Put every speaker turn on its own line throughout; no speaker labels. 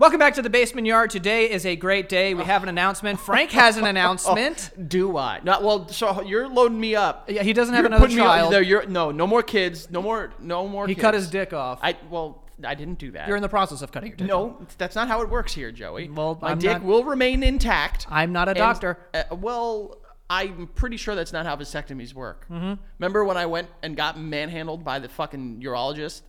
Welcome back to the basement yard. Today is a great day. We have an announcement. Frank has
Oh.
an announcement.
Do I? Not well. So you're loading me up.
Yeah, he doesn't have
You're
another
putting me up-
child.
no, you're- no, no more kids. No more. No more.
He
kids.
cut his dick off.
I well, I didn't do that.
You're in the process of cutting your dick. off.
no, that's not how it works here, Joey.
Well,
my
I'm
dick
not-
will remain intact.
I'm not a
and-
doctor.
uh, well, I'm pretty sure that's not how vasectomies work.
Mm-hmm.
Remember when I went and got manhandled by the fucking urologist?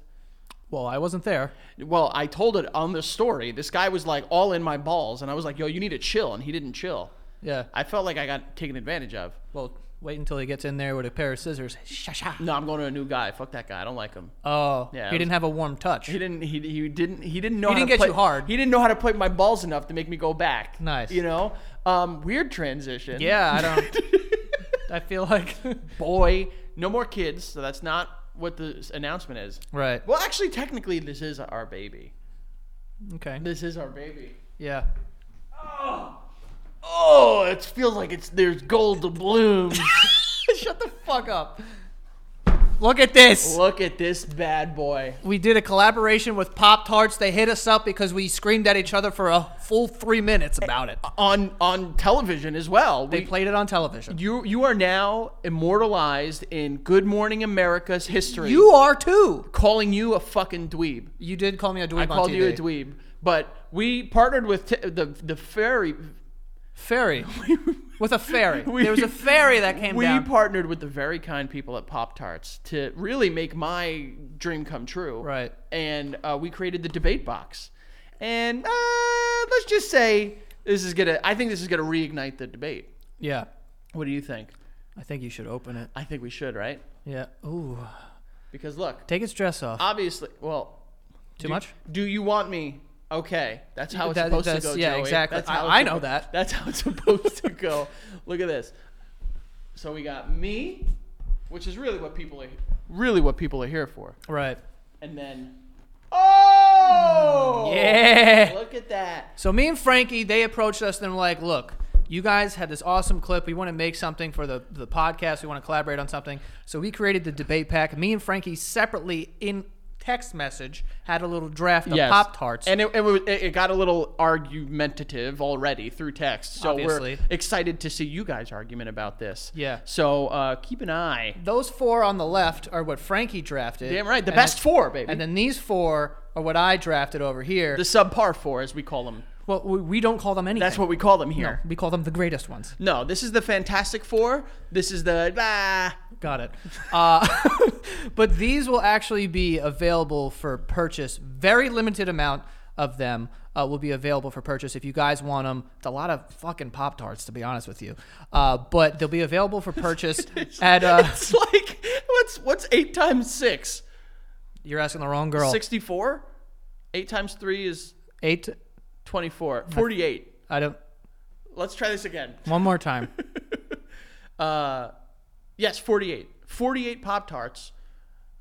Well, I wasn't there.
Well, I told it on the story. This guy was like all in my balls, and I was like, "Yo, you need to chill," and he didn't chill.
Yeah.
I felt like I got taken advantage of.
Well, wait until he gets in there with a pair of scissors. Sha sha.
No, I'm going to a new guy. Fuck that guy. I don't like him.
Oh,
Yeah, it
he
was-
didn't have a warm touch.
He didn't. He, he didn't. He didn't know.
He
how
didn't
to
get
play-
you hard.
He didn't know how to play with my balls enough to make me go back.
Nice.
You know, um, weird transition.
Yeah, I don't. I feel like.
Boy, no more kids. So that's not what the announcement is.
right.
Well, actually, technically, this is our baby.
Okay.
This is our baby.
Yeah.
Oh, it feels like it's there's gold to bloom.
Shut the fuck up. Look at this.
Look at this bad boy.
We did a collaboration with Pop Tarts. They hit us up because we screamed at each other for a full three minutes about it.
On on television as well.
They
We-
played it on television.
you you are now immortalized in Good Morning America's history.
You are too.
calling you a fucking dweeb.
You did call me a dweeb
I
on
called you a
TV.
dweeb, but we partnered with t- the the fairy.
Fairy. With a fairy.
We-
there was a fairy that came
we
down.
partnered with the very kind people at Pop Tarts to really make my dream come true.
Right.
And uh, we created the debate box, and uh, let's just say this is gonna. I think this is gonna reignite the debate.
yeah.
What do you think?
I think you should open it.
I think we should, right?
Yeah. Ooh.
Because look,
Take its dress off.
obviously, well,
Too
do-
much?
Do Uh, you want me? Okay, that's how it's
That-
supposed to
that's-
go.
yeah,
Joey.
exactly.
That's how
I-
it's
I know
suppo-
that.
That's how it's supposed to go. Look at this. So we got me, which is really what people are really what people are here for,
Right.
and then oh
Yeah.
look at that.
So me and Frankie, they approached us and were like, look, you guys had this awesome clip. We want to make something for the, the podcast. We want to collaborate on something. So we created the debate pack. Me and Frankie separately in text message had a little draft of
Yes.
Pop Tarts.
and it, it, was- it it got a little argumentative already through text. So
Obviously.
we're excited to see you guys' argument about this.
Yeah.
So uh, keep an eye.
Those four on the left are what Frankie drafted.
Damn right, the
And
best
then-
four, baby.
And then these four are what I drafted over here.
the subpar four, as we call them.
well, we, we don't call them anything.
That's what we call them here.
we call them the greatest ones.
No, this is the Fantastic Four. This is the ah.
Got it. Uh, but these will actually be available for purchase. Very limited amount of them uh, will be available for purchase if you guys want them. It's a lot of fucking Pop Tarts, to be honest with you. Uh, but they'll be available for purchase at. Uh,
It's like what's what's eight times six?
you're asking the wrong girl.
Sixty four. Eight times three is
Eight.
twenty four. Forty eight.
I don't.
Let's try this again.
One more time.
Yes, forty eight. Forty eight Pop Tarts.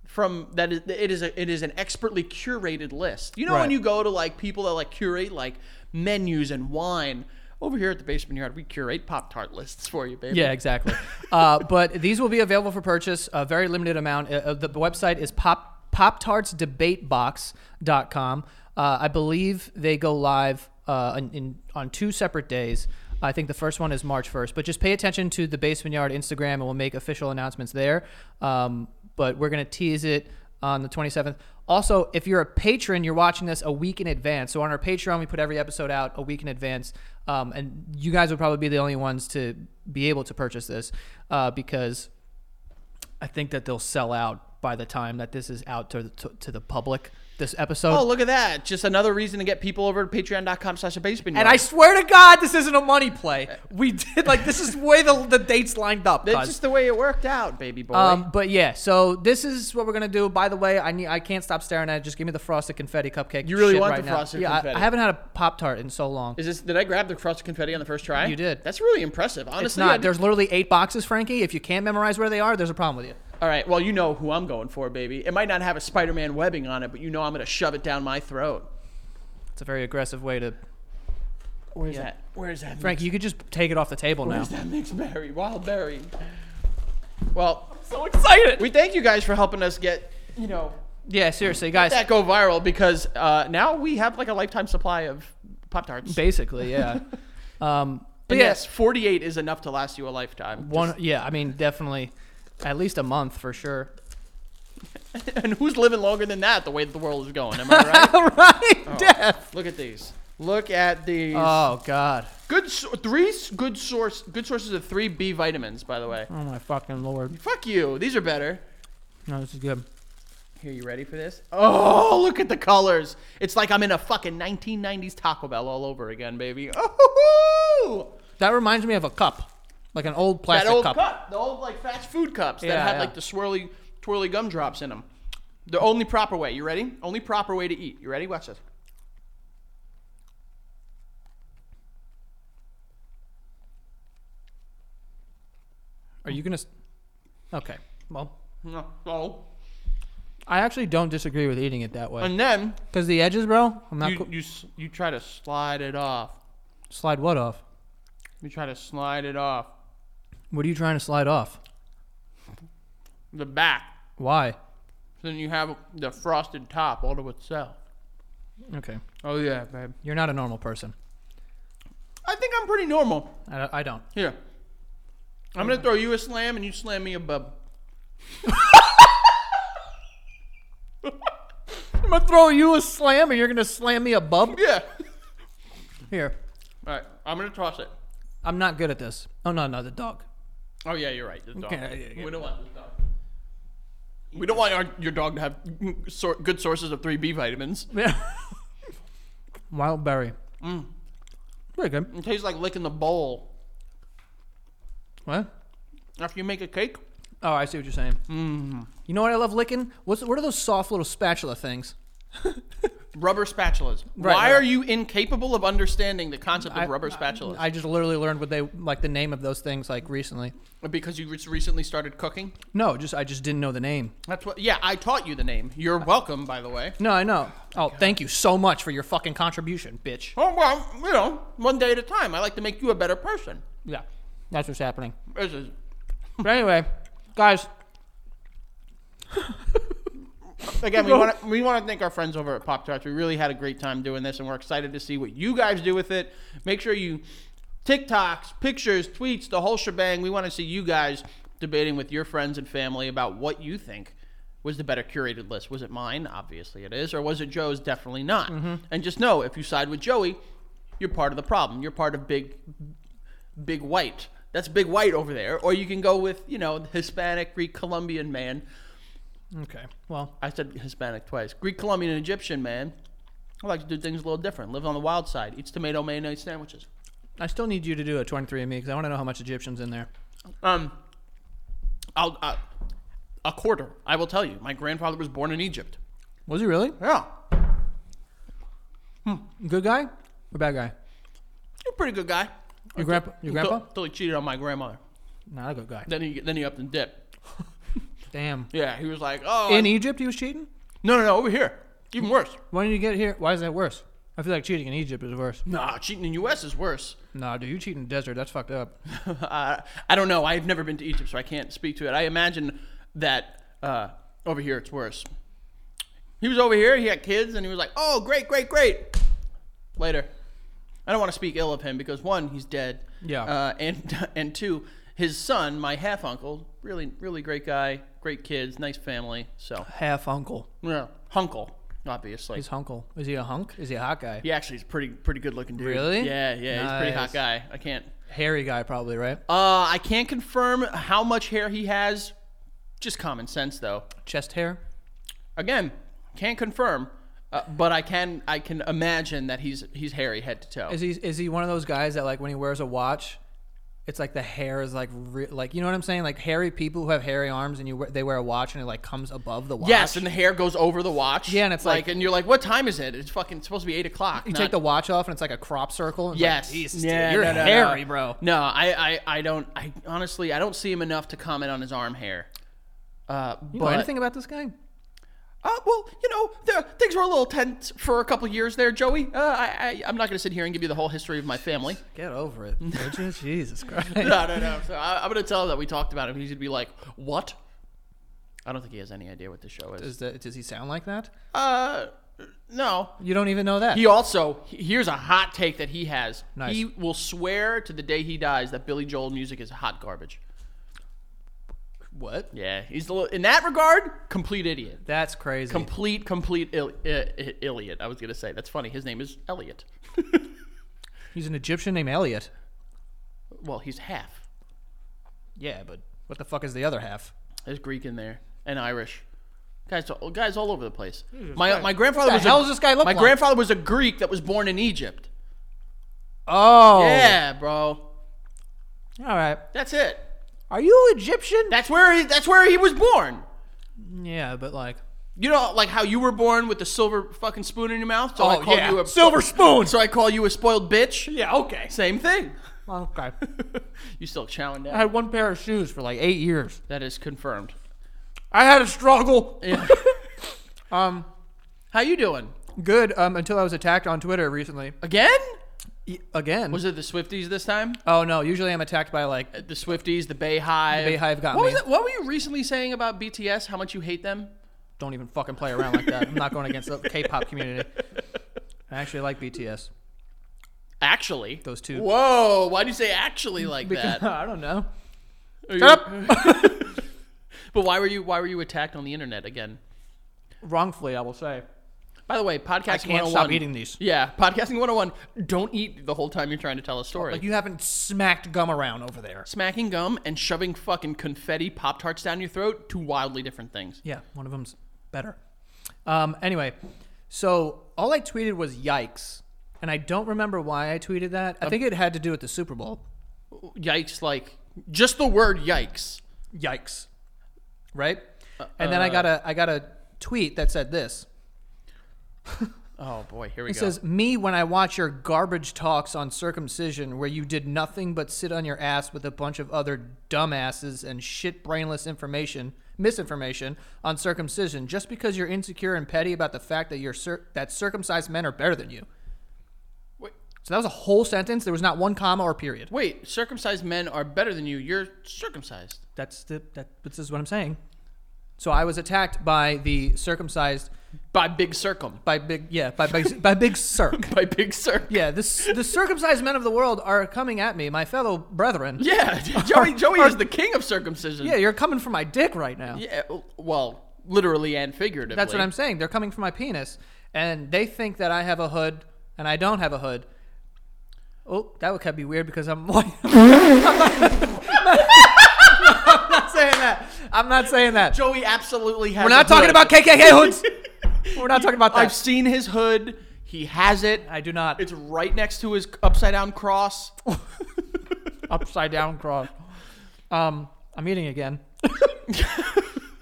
From that is it is a, it is an expertly curated list. You know
Right.
when you go to like people that like curate like menus and wine. Over here at the basement yard, we curate Pop Tart lists for you, baby.
Yeah, exactly. uh, but these will be available for purchase, a very limited amount. Uh, Uh, the website is pop poptartsdebatebox.com. Uh, I believe they go live uh, in, in, on two separate days. I think the first one is March 1st, but just pay attention to the Basement Yard Instagram and we'll make official announcements there. Um, but we're going to tease it on the 27th. Also, if you're a patron, you're watching this a week in advance. So on our Patreon, we put every episode out a week in advance, um, and you guys would probably be the only ones to be able to purchase this uh, because I think that they'll sell out by the time that this is out to the, to, to the public. This episode.
Oh, look at that! Just another reason to get people over to Patreon.com/slash basement.
and I swear to God, this isn't a money play. We did like this is the way the, the dates lined up.
That's
cuz.
just the way it worked out, baby boy.
Um, but yeah, so this is what we're gonna do. By the way, I need I can't stop staring at it. Just give me the frosted confetti cupcake.
You really
shit
want
right
the
now.
frosted
yeah, I-
confetti.
I, haven't had a pop tart in so long.
Is this? Did I grab the frosted confetti on the first try?
You did.
That's really impressive. Honestly,
it's
I
not.
did-
There's literally eight boxes, Frankie. If you can't memorize where they are, there's a problem with you.
All right. Well, you know who I'm going for, baby. It might not have a Spider-Man webbing on it, but you know I'm gonna shove it down my throat.
It's a very aggressive way to.
Where's that? Where's that?
Frankie, you could just take it off the table now.
Where's that mixed berry? Wild berry. Well,
So excited.
we thank you guys for helping us get you know
Yeah, seriously,
Let
guys.
that go viral because uh, now we have like a lifetime supply of Pop Tarts.
Basically, yeah. um, but
But
yeah,
yes, 48 is enough to last you a lifetime.
one. Yeah, I mean, definitely, at least a month for sure.
Just- and who's living longer than that the way that the world is going? Am I right?
right,
Oh,
death.
Look at these. Look at these.
Oh God.
Uh, good so- three s- good source good sources of 3 B vitamins by the way.
Oh my fucking lord.
Fuck you. These are better.
No, this is good.
Here, you ready for this? Oh, look at the colors. It's like I'm in a fucking 1990s Taco Bell all over again, baby. Oh,
That reminds me of a cup, like an old
that
plastic
old
cup.
cup. the old like fast food cups that
Yeah,
had
yeah.
like the swirly, twirly gumdrops in them. The only proper way. You ready? Only proper way to eat. You ready? Watch this.
Are you gonna? s- Okay. Well,
Oh,
I actually don't disagree with eating it that way.
and then
Cause the edges, bro. I'm not
you,
co-
you s- you try to slide it off.
slide what off.
You try to slide it off
What are you trying to slide off?
the back.
Why?
Then you have the frosted top all to itself.
Okay.
Oh yeah, babe.
You're not a normal person.
I think I'm pretty normal.
I, I don't.
Here. I'm gonna throw you a slam and you slam me a bub.
I'm gonna throw you a slam, and you're gonna slam me a bub.
Yeah.
Here.
Alright, I'm gonna toss it.
I'm not good at this. Oh no, no, the dog.
Oh yeah, you're right. This dog.
Okay, yeah, yeah.
We don't want this dog. We don't want our, your dog to have sor- good sources of 3B vitamins.
Yeah. Wild berry. Mm. Pretty good.
It tastes like licking the bowl.
What?
After you make a cake,
Oh, I see what you're saying. Mm.
Mm-hmm.
You know what I love licking? What's what are those soft little spatula things?
rubber spatulas.
Right,
Why
right.
are you incapable of understanding the concept of
I-
rubber spatulas?
I just literally learned what they like the name of those things like recently.
because you just recently started cooking?
No, just I just didn't know the name.
That's what. Yeah, I taught you the name. You're welcome, by the way.
No, I know. Oh, thank you so much for your fucking contribution, bitch.
Oh, well, you know, one day at a time. I like to make you a better person.
Yeah, that's what's happening.
This is
But anyway, guys,
Again, we want to we want to thank our friends over at Pop Tarts. We really had a great time doing this, and we're excited to see what you guys do with it. Make sure you TikToks, pictures, tweets, the whole shebang. We want to see you guys debating with your friends and family about what you think was the better curated list. Was it mine? Obviously, it is. Or was it Joe's? Definitely not. And just know if you side with Joey, you're part of the problem. You're part of big, big white. That's big white over there. Or you can go with you know the Hispanic, Greek, Colombian man.
okay. Well,
I said Hispanic twice. Greek, Colombian, and Egyptian, man. I like to do things a little different. Live on the wild side. Eats tomato mayonnaise sandwiches.
I still need you to do a 23andMe because I want to know how much Egyptian's in there.
Um, I'll uh, a quarter. I will tell you. My grandfather was born in Egypt.
Was he really
Yeah,
good guy or bad guy?
you're a pretty good guy.
Your grandpa? Your grandpa?
Till, till he cheated on my grandmother.
Not a good guy.
Then he then he upped and dipped.
Damn.
Yeah, he was like, oh,
In
I-
Egypt, he was cheating.
no, no, no, over here, even worse.
When did you get here? Why is that worse? I feel like cheating in Egypt is worse.
Nah, cheating in U.S. is worse.
Nah, dude, you cheat in the desert. That's fucked up.
uh, I don't know. I've never been to Egypt, so I can't speak to it. I imagine that uh, over here it's worse. He was over here. He had kids, and he was like, "Oh, great, great, great." Later, I don't want to speak ill of him because one, he's dead.
Yeah.
Uh, and and two, his son, my half uncle, really, really great guy, great kids, nice family. So
Half uncle.
yeah, hunkle, obviously.
He's hunkle. Is he a hunk? Is he a hot guy?
he actually is a pretty, pretty good looking dude.
Really?
Yeah, yeah. He's a pretty
Nice.
hot guy. I can't.
Hairy guy, probably, right?
Uh, I can't confirm how much hair he has. Just common sense, though.
Chest hair.
Again, can't confirm, uh, but I can I can imagine that he's he's hairy head to toe.
Is he is he one of those guys that like when he wears a watch, it's like the hair is like re- like you know what I'm saying? Like hairy people who have hairy arms and you wear, they wear a watch and it like comes above the watch.
yes, and the hair goes over the watch.
Yeah, and it's like-
and you're like, what time is it? It's fucking supposed to be eight o'clock.
You take the watch off and it's like a crop circle. And it's
yes,
Like, Jesus,
Yeah,
dude, you're
no, no, no.
hairy, bro.
No, I, I I don't. I honestly I don't see him enough to comment on his arm hair. Uh,
You know
but
anything about this guy?
Uh, well, you know, there, things were a little tense for a couple years there, Joey. Uh, I, I, I'm not going to sit here and give you the whole history of my family.
Get over it. would you? Jesus Christ.
no, no, no. So I, I'm going to tell him that we talked about him. He's going to be like, "What? I don't think he has any idea what the show is.
Does, the, does he sound like that?
Uh, no.
You don't even know that.
He also he- here's a hot take that he has.
Nice.
He will swear to the day he dies that Billy Joel music is hot garbage.
what?
Yeah, he's a little, in that regard complete idiot.
That's crazy.
Complete, complete Ill, uh, uh, Iliad. I was gonna say that's funny. His name is Elliot.
He's an Egyptian named Elliot.
Well, he's half.
Yeah, but what the fuck is the other half?
There's Greek in there and Irish. Guys, guys all over the place. My, my grandfather
What
was
the hell
a,
does this guy look
My
like?
grandfather was a Greek that was born in Egypt.
Oh.
Yeah, bro.
All right.
That's it.
Are you Egyptian?
That's where he, that's where he was born.
yeah, but like.
You know, like how you were born with the silver fucking spoon in your mouth. So I call you a
Oh, silver spoon.
So I call you a spoiled bitch.
Yeah. Okay.
Same thing.
Okay.
You still chowing
I
down.
had one pair of shoes for like eight years.
that is confirmed.
I had a struggle. um.
How you doing?
Good. Um. Until I was attacked on Twitter recently.
Again?
E- Again.
Was it the Swifties this time?
oh no. Usually I'm attacked by like.
The Swifties, the Bayhive.
The Bayhive got
what
me.
Was that, what were you recently saying about BTS? How much you hate them?
Don't even fucking play around like that. I'm not going against the K-pop community. I actually like BTS.
Actually.
Those two.
Whoa! Why do you say actually like that?
I don't know.
Are you- But why were you why were you attacked on the internet again?
Wrongfully, I will say.
By the way, podcasting
I can't
101.
stop eating these.
Yeah, podcasting 101. Don't eat the whole time you're trying to tell a story.
Like you haven't smacked gum around over there.
Smacking gum and shoving fucking confetti pop tarts down your throat, two wildly different things.
Yeah, one of them's better. Um, anyway, so all I tweeted was yikes, and I don't remember why I tweeted that. I think it had to do with the Super Bowl.
Yikes! Like just the word yikes.
Yikes, right? and then I got a I got a tweet that said this.
Oh boy, here we
It
go.
says me when I watch your garbage talks on circumcision, where you did nothing but sit on your ass with a bunch of other dumbasses and shit brainless information, misinformation on circumcision, just because you're insecure and petty about the fact that you're cir- that circumcised men are better than you.
wait,
So that was a whole sentence. There was not one comma or period.
wait, circumcised men are better than you. You're circumcised.
That's the that. This is what I'm saying. So I was attacked by the circumcised
By big circum.
by big yeah by big, by big circ.
By big circ.
Yeah, this the circumcised men of the world are coming at me, my fellow brethren.
Yeah, Joey. Joey is the king of circumcision.
Yeah, you're coming for my dick right now.
Yeah. uh, Well, literally and figuratively.
That's what I'm saying. They're coming for my penis, and they think that I have a hood and I don't have a hood. Oh, that would kind of be weird because I'm white. I'm, not, I'm not saying that. I'm not saying that.
Joey absolutely has.
We're
a
not talking
hood.
about KKK hoods. We're not talking about
I've
that.
seen his hood. He has it.
I do not.
It's right next to his upside down cross.
upside down cross. Um, I'm eating again.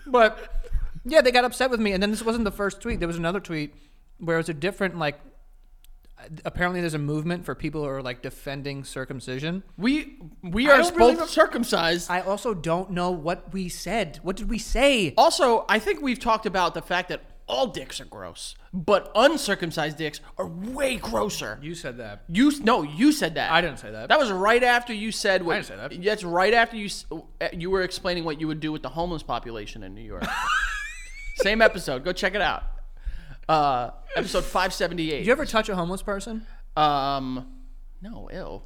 but yeah, they got upset with me, and then this wasn't the first tweet. There was another tweet where it was a different like. Apparently, there's a movement for people who are like defending circumcision.
We we
I
are
don't
both
really know-
circumcised.
I also don't know what we said. What did we say?
also, I think we've talked about the fact that all dicks are gross, but uncircumcised dicks are way grosser.
You said that.
You no, you said that.
I didn't say that.
That was right after you said what.
didn't say that.
That's right after you s- uh, you were explaining what you would do with the homeless population in New York. Same episode. Go check it out. Uh, episode five seventy eight.
Did you ever touch a homeless person?
Um, no, ew.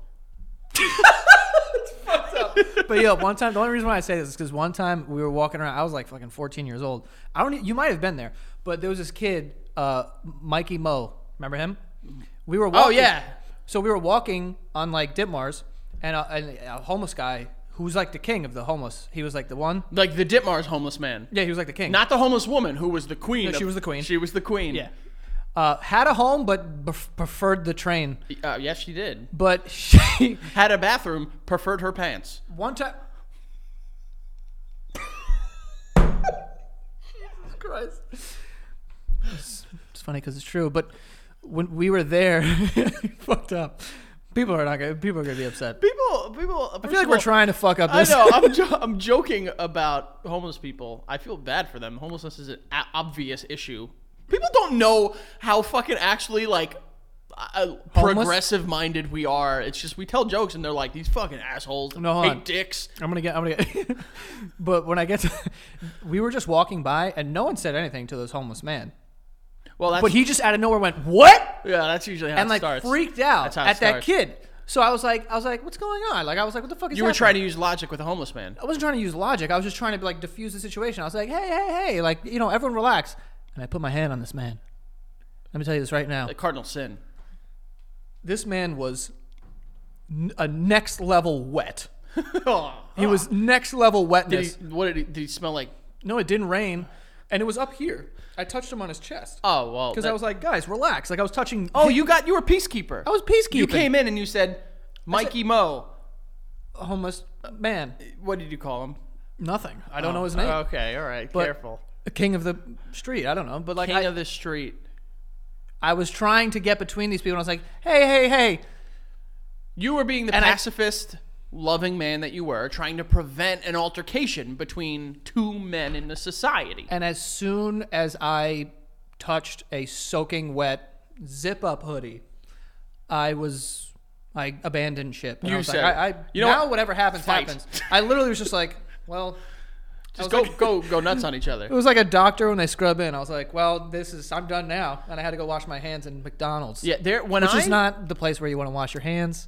But yo, one time, the only reason why I say this is because one time we were walking around. I was like fucking 14 years old. I don't. e- You might have been there, but there was this kid, uh, Mikey Moe. Remember him? We were. Walking,
Oh yeah,
So we were walking on like Ditmars, and a, and a homeless guy who's like the king of the homeless. He was like the one.
like the Ditmars homeless man,
Yeah, he was like the king.
not the homeless woman who was the queen.
No, she
of-
was the queen.
She was the queen.
Yeah. Uh, had a home, but pref- preferred the train.
Uh, yes, she did.
But she
Had a bathroom, preferred her pants.
one time. Jesus Christ. It's, it's funny because it's true, but when we were there, fucked up. People are not gonna. People are gonna be upset.
People, people.
I feel like we're trying to fuck up
I
this.
know. I'm, jo- I'm joking about homeless people. I feel bad for them. Homelessness is an a- obvious issue. People don't know how fucking actually like uh, progressive-minded we are. It's just we tell jokes and they're like these fucking assholes,
No, hold
hate
on.
dicks.
I'm gonna get. I'm gonna get. but when I get to, we were just walking by and no one said anything to this homeless man.
Well, that's
But he just out of nowhere went, "What?"
yeah, that's usually how
and
it
like
starts.
freaked out
That's how it
at that
starts.
kid. So I was like, I was like, "What's going on?" Like I was like, "What the fuck is?"
you were trying to use logic with a homeless man.
I wasn't trying to use logic. I was just trying to like diffuse the situation. I was like, "Hey, hey, hey!" Like you know, everyone relax. And I put my hand on this man. Let me tell you this right now.
The cardinal sin.
This man was n- a next level wet. He was next level
Did
wetness.
he, what did he, did he smell like?
No, it didn't rain, and it was up here. I touched him on his chest
Oh well,
because
that-
I was like, "Guys, relax!" Like I was touching.
Oh, you got you were peacekeeper.
I was peacekeeping.
You came in and you said, Mikey Mo.
a homeless man.
What did you call him?
Nothing. I don't know his name.
Oh, Okay, all right.
But-
careful.
The King of the street. I don't know, but like
King
I,
of the street.
I was trying to get between these people. and I was like, "Hey, hey, hey!"
You were being the
And I-
pacifist, loving man that you were, trying to prevent an altercation between two men in the society.
And as soon as I touched a soaking wet zip up hoodie, I was I abandoned ship. And
You
I was
said
like, I, I
it. You know
now
what?
whatever happens
Fight.
happens. I literally was just like, well. I
Just
was
go,
like-
go, go nuts on each other.
It was like a doctor when they scrub in. I was like, "Well, this is I'm done now," and I had to go wash my hands in McDonald's.
Yeah, there. When
which
I
is not the place where you want to wash your hands.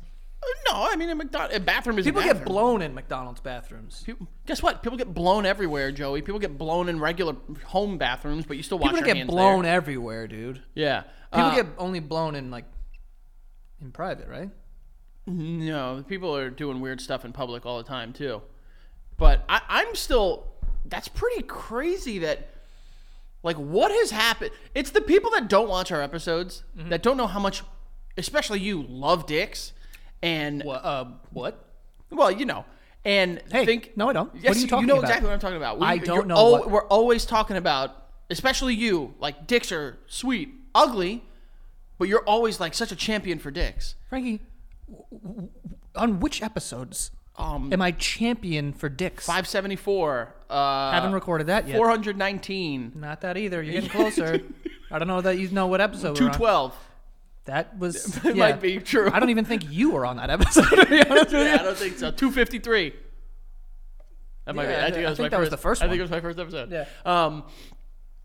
no, I mean a, McDonald, a bathroom is a
People get
bathroom.
blown in McDonald's bathrooms.
People- Guess what? People get blown everywhere, Joey. People get blown in regular home bathrooms, but you still wash
People
your
get
hands
blown
There.
everywhere, dude.
Yeah.
People
Uh,
get only blown in like in private, right?
No, people are doing weird stuff in public all the time too. But I, I'm still. That's pretty crazy. That like what has happened? It's the people that don't watch our episodes
Mm-hmm.
that don't know how much, especially you, love dicks, and
What? Uh, what?
well, you know, and
Hey,
think
no, I don't.
Yes,
what are you talking
know
about?
exactly what I'm talking about.
I don't
you're
know
al-
what-
we're always talking about, especially you. Like dicks are sweet, ugly, but you're always like such a champion for dicks.
Frankie. w- w- On which episodes
Um,
am I champion for dicks?
five seventy four. Uh,
Haven't recorded that yet.
419.
Not that either. You're getting closer. I don't know that you know what episode. we're on.
212.
That was
It
yeah.
might be true.
I don't even think you were on that episode. to be honest with
Yeah, I
you.
don't think so. 253. That might be.
Yeah,
I think,
I
that was,
think
my
that was
first,
the first
I think
one.
it was my first episode.
Yeah.
Um,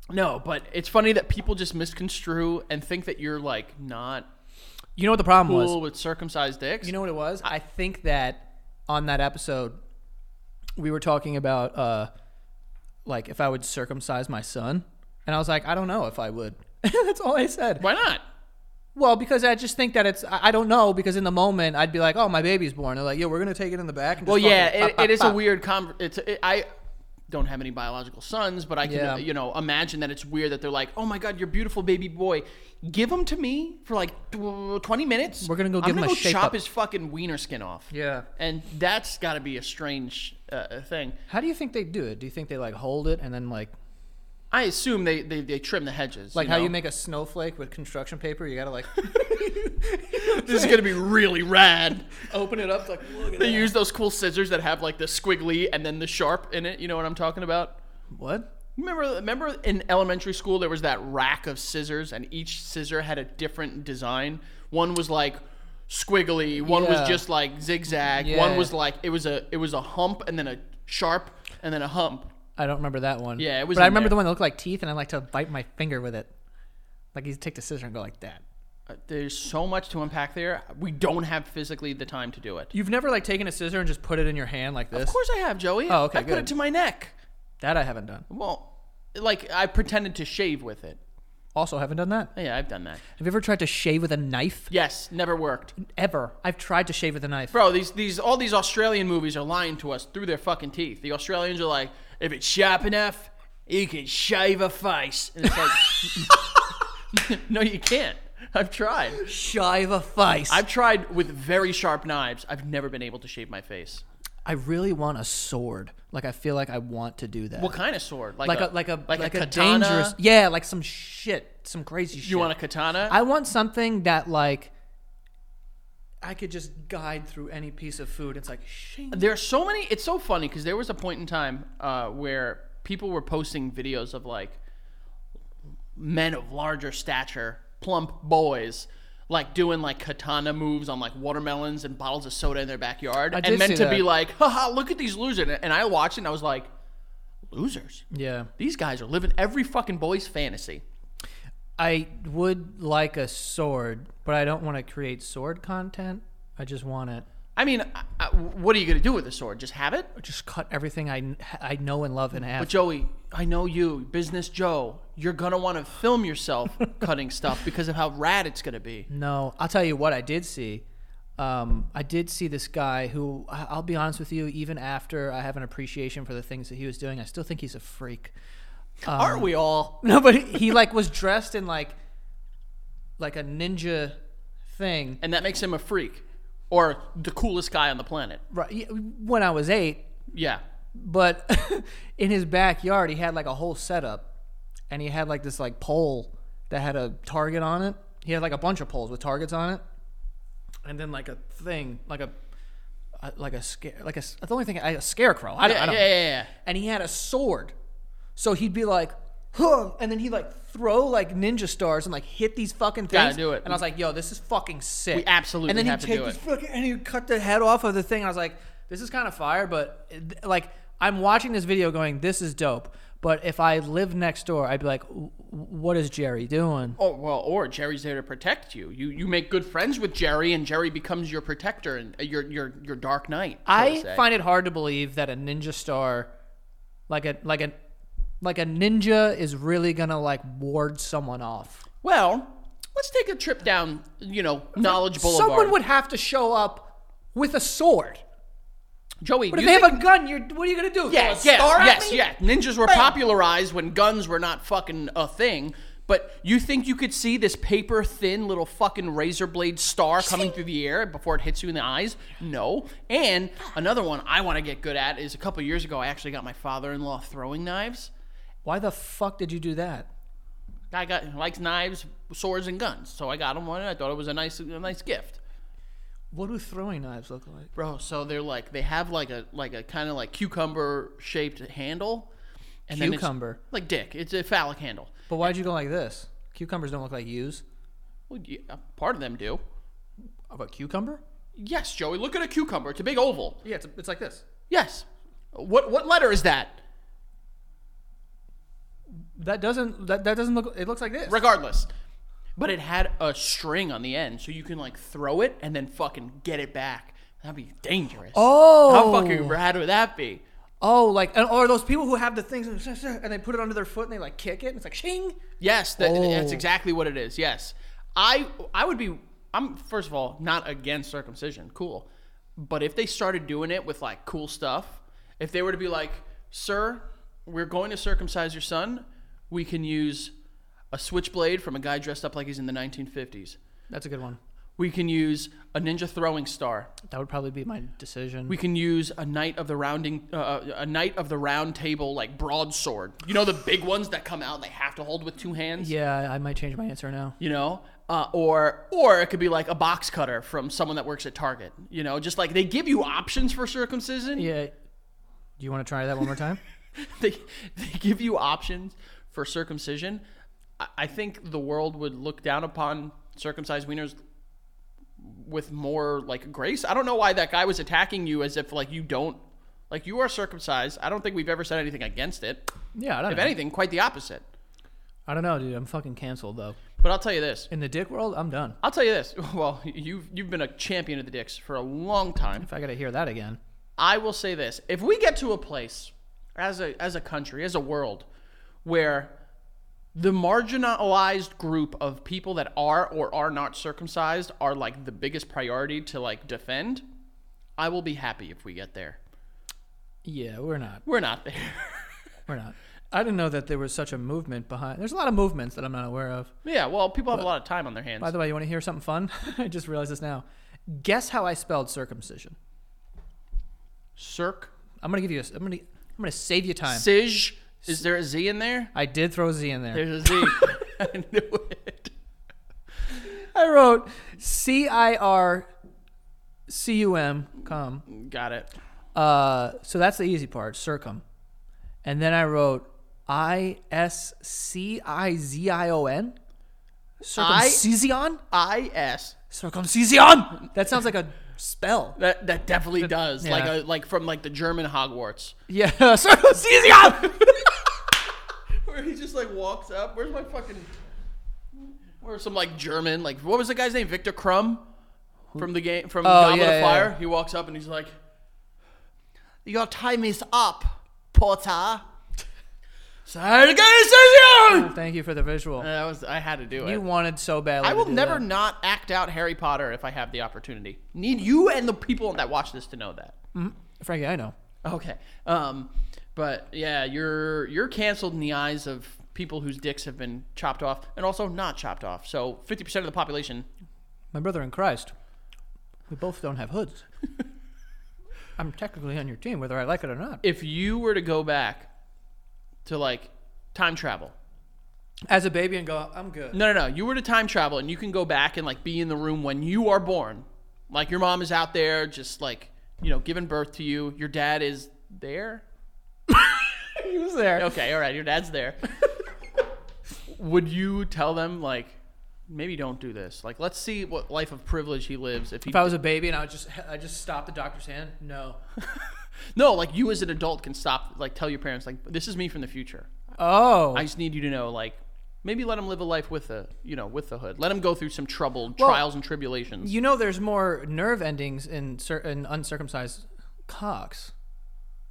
no, but it's funny that people just misconstrue and think that you're like not
You know what the problem
cool
was?
with circumcised dicks.
You know what it was? I think that on that episode, we were talking about uh, like if I would circumcise my son, and I was like, I don't know if I would. That's all I said.
why not?
Well, because I just think that it's I I don't know because in the moment I'd be like, oh, my baby's born. They're like, yo, we're gonna take it in the back. And just
Well, yeah,
fucking
it,
pop,
it is
pop,
a
pop.
weird. Con- it's it, I don't have any biological sons, but I can
Yeah.
you know imagine that it's weird that they're like, oh my god, your beautiful baby boy, give him to me for like tw- twenty minutes.
We're gonna go
I'm
give him
gonna
a
go chop
shake-up."
his fucking wiener skin off.
Yeah.
and that's got to be a strange uh, thing.
How do you think they do it? Do you think they like hold it and then like
I assume they they, they trim the hedges.
like how you
know?
make a snowflake with construction paper? You gotta like
this is gonna be really rad.
open it up. Like look at
They use those cool scissors that have like the squiggly and then the sharp in it. You know what I'm talking about?
what?
Remember, remember in elementary school there was that rack of scissors, and each scissor had a different design. One was like squiggly, one
Yeah.
was just like zigzag,
Yeah.
one was like it was a it was a hump and then a sharp and then a hump.
I don't remember that one.
Yeah, it was
But I
in
remember
there.
the one that looked like teeth, and I like to bite my finger with it. Like you take the scissor and go like that.
Uh, There's so much to unpack there. We don't have physically the time to do it.
You've never like taken a scissor and just put it in your hand like this.
Of course I have, Joey.
Oh, okay,
I put
good.
it to my neck.
That I haven't done.
Well, like I pretended to shave with it.
Also haven't done that.
Yeah, I've done that.
Have you ever tried to shave with a knife?
Yes, never worked.
Ever? I've tried to shave with a knife.
Bro, these these all these Australian movies are lying to us through their fucking teeth. The Australians are like, if it's sharp enough, you can shave a face. And it's like, no, you can't. I've tried.
Shive a face. I,
I've tried with very sharp knives. I've never been able to shave my face.
really want a sword. Like I feel like I want to do that.
What kind of sword?
like a like a
like, a, katana?
dangerous yeah like some shit some crazy shit.
You want a katana?
I want something that like I could just guide through any piece of food. It's like shing.
There are so many. It's so funny because there was a point in time uh, where people were posting videos of like men of larger stature, plump boys, like doing like katana moves on like watermelons and bottles of soda in their backyard,
I
and
did
meant
see
to
that.
be like, haha, look at these losers. And- And I watched it and I was like, losers.
Yeah.
These guys are living every fucking boy's fantasy.
I would like a sword, but I don't want to create sword content. I just want to
I mean, I, I, what are you gonna do with a sword? Just have it?
just cut everything I, I know and love in half.
But Joey, I know you, business Joe. You're gonna want to film yourself cutting stuff because of how rad it's gonna be.
No, I'll tell you what I did see. Um, I did see this guy who I- I'll be honest with you. Even after I have an appreciation for the things that he was doing, I still think he's a freak. Um,
Aren't we all?
No, but he like was dressed in like like a ninja thing.
And that makes him a freak, or the coolest guy on the planet.
Right yeah, when I was eight,
Yeah.
but in his backyard he had like a whole setup, and he had like this like pole that had a target on it. He had like a bunch of poles with targets on it, and then like a thing like a. a- Like a scare, like a s- the only thing I, a scarecrow. I don't, I
Yeah, yeah,
don't,
yeah, yeah.
and he had a sword. So he'd be like, huh, and then he'd like throw like ninja stars and like hit these fucking things.
Gotta do it.
And I was like, yo, this is fucking sick.
We absolutely
And then
have to
he'd take
do
this
it.
fucking and he'd cut the head off of the thing. I was like, this is kind of fire, but it- like I'm watching this video going, this is dope. But if I lived next door, I'd be like, "W- what is Jerry doing?
Oh well, or Jerry's there to protect you. You you make good friends with Jerry, and Jerry becomes your protector and uh, your your your Dark Knight. so to
I
say.
find it hard to believe that a ninja star, like a like a like a ninja, is really gonna like ward someone off.
Well, let's take a trip down, you know, Knowledge Boulevard.
Someone would have to show up with a sword.
Joey.
But if
you
they
think-
have a gun, you're what are you gonna do?
yeah,
Throw a
yeah,
star at
yes,
me?
yeah. Ninjas were popularized when guns were not fucking a thing. But you think you could see this paper thin little fucking razor blade star coming through the air before it hits you in the eyes? No. And another one I want to get good at is a couple years ago I actually got my father-in-law throwing knives.
Why the fuck did you do that?
Guy got likes knives, swords, and guns, so I got him one. and I thought it was a nice, a nice gift.
What do throwing knives look like?
bro so they're like they have like a like a kind of like cucumber shaped handle and then it's-
Cucumber.
like dick it's a phallic handle
But why'd you go like this? Cucumbers don't look like U's.
well, yeah, uh, part of them do
Of a cucumber?
yes joey look at a cucumber it's a big oval
Yeah, it's, it's like this.
yes what what letter is that
That doesn't that, that doesn't look. It looks like this.
regardless but it had a string on the end so you can like throw it and then fucking get it back that'd be dangerous how
oh,
fucking rad would that be
oh, like and, or those people who have the things and, and they put it under their foot and they like kick it and it's like shing.
Yes, that, that's
Oh.
exactly what it is. Yes, I I would be. I'm first of all not against circumcision. Cool, but if they started doing it with like cool stuff, if they were to be like, "Sir, we're going to circumcise your son. We can use a switchblade from a guy dressed up like he's in the 1950s.
That's a good one.
We can use a ninja throwing star.
That would probably be my decision.
We can use a knight of the rounding, uh, a knight of the round table like broadsword. You know the big ones that come out. and They have to hold with two hands.
yeah, I might change my answer now.
you know uh, or or it could be like a box cutter from someone that works at target you know just like they give you options for circumcision
Yeah. Do you want to try that one more time?
they, they give you options for circumcision I, I think the world would look down upon circumcised wieners with more like grace i don't know why that guy was attacking you as if like you don't like you are circumcised i don't think we've ever said anything against it
yeah, I don't
if
know.
anything quite the opposite
I don't know, dude. I'm fucking canceled though.
but i'll tell you this
In the dick world, I'm done.
i'll tell you this well you've you've been a champion of the dicks for a long time
If I gotta hear that again,
I will say this: if we get to a place as a as a country, as a world, where the marginalized group of people that are or are not circumcised are like the biggest priority to like defend, I will be happy if we get there.
yeah, we're not.
We're not there.
We're not. I didn't know that there was such a movement behind. There's a lot of movements that I'm not aware of.
yeah, well, people have a lot of time on their hands.
By the way, you want to hear something fun? I just realized this now. Guess how I spelled circumcision.
Circ,
I'm gonna give you. A, I'm gonna. I'm gonna save you time.
Sij, is there a Z in there?
I did throw a Z in there.
There's a Z. I knew it.
I wrote C I R C U M com.
Got it.
Uh, so that's the easy part, circum. And then I wrote I S C I Z I O N. Circumcision?
I S.
Circumcision! That sounds like a spell.
That that definitely does.
yeah.
Like a, like from like the German Hogwarts,
Yeah, circumcision!
where he just like walks up. Where's my fucking? Where's some like German? Like what was the guy's name? Victor Crumb from the game from Goblet
Oh, yeah, yeah.
of Fire. He walks up and he's like, "Your time is up, Porter." Circumcision.
Thank you for the visual.
That was I had to do it.
You wanted so badly.
I
to
will
do
never
that.
not act out Harry Potter if I have the opportunity. Need you and the people that watch this to know that.
Frankie, I know.
Okay. Um, but yeah, you're you're canceled in the eyes of people whose dicks have been chopped off and also not chopped off. So 50% of the population.
My brother in Christ. We both don't have hoods. I'm technically on your team, whether I like it or not.
If you were to go back to like time travel.
As a baby and go, I'm good.
No, no, no. You were to time travel and you can go back and like be in the room when you are born. Like your mom is out there just like, you know, giving birth to you. Your dad is there.
He was there.
Okay, all right, your dad's there. Would you tell them like maybe don't do this? Like let's see what life of privilege he lives if he
If I was a baby and I would just, I just stopped the doctor's hand. No.
No, like you as an adult can stop like tell your parents like this is me from the future.
Oh.
I just need you to know like maybe let him live a life with the you know, with the hood. Let him go through some trouble, trials and tribulations.
you know, there's more nerve endings in, cir- in uncircumcised cocks,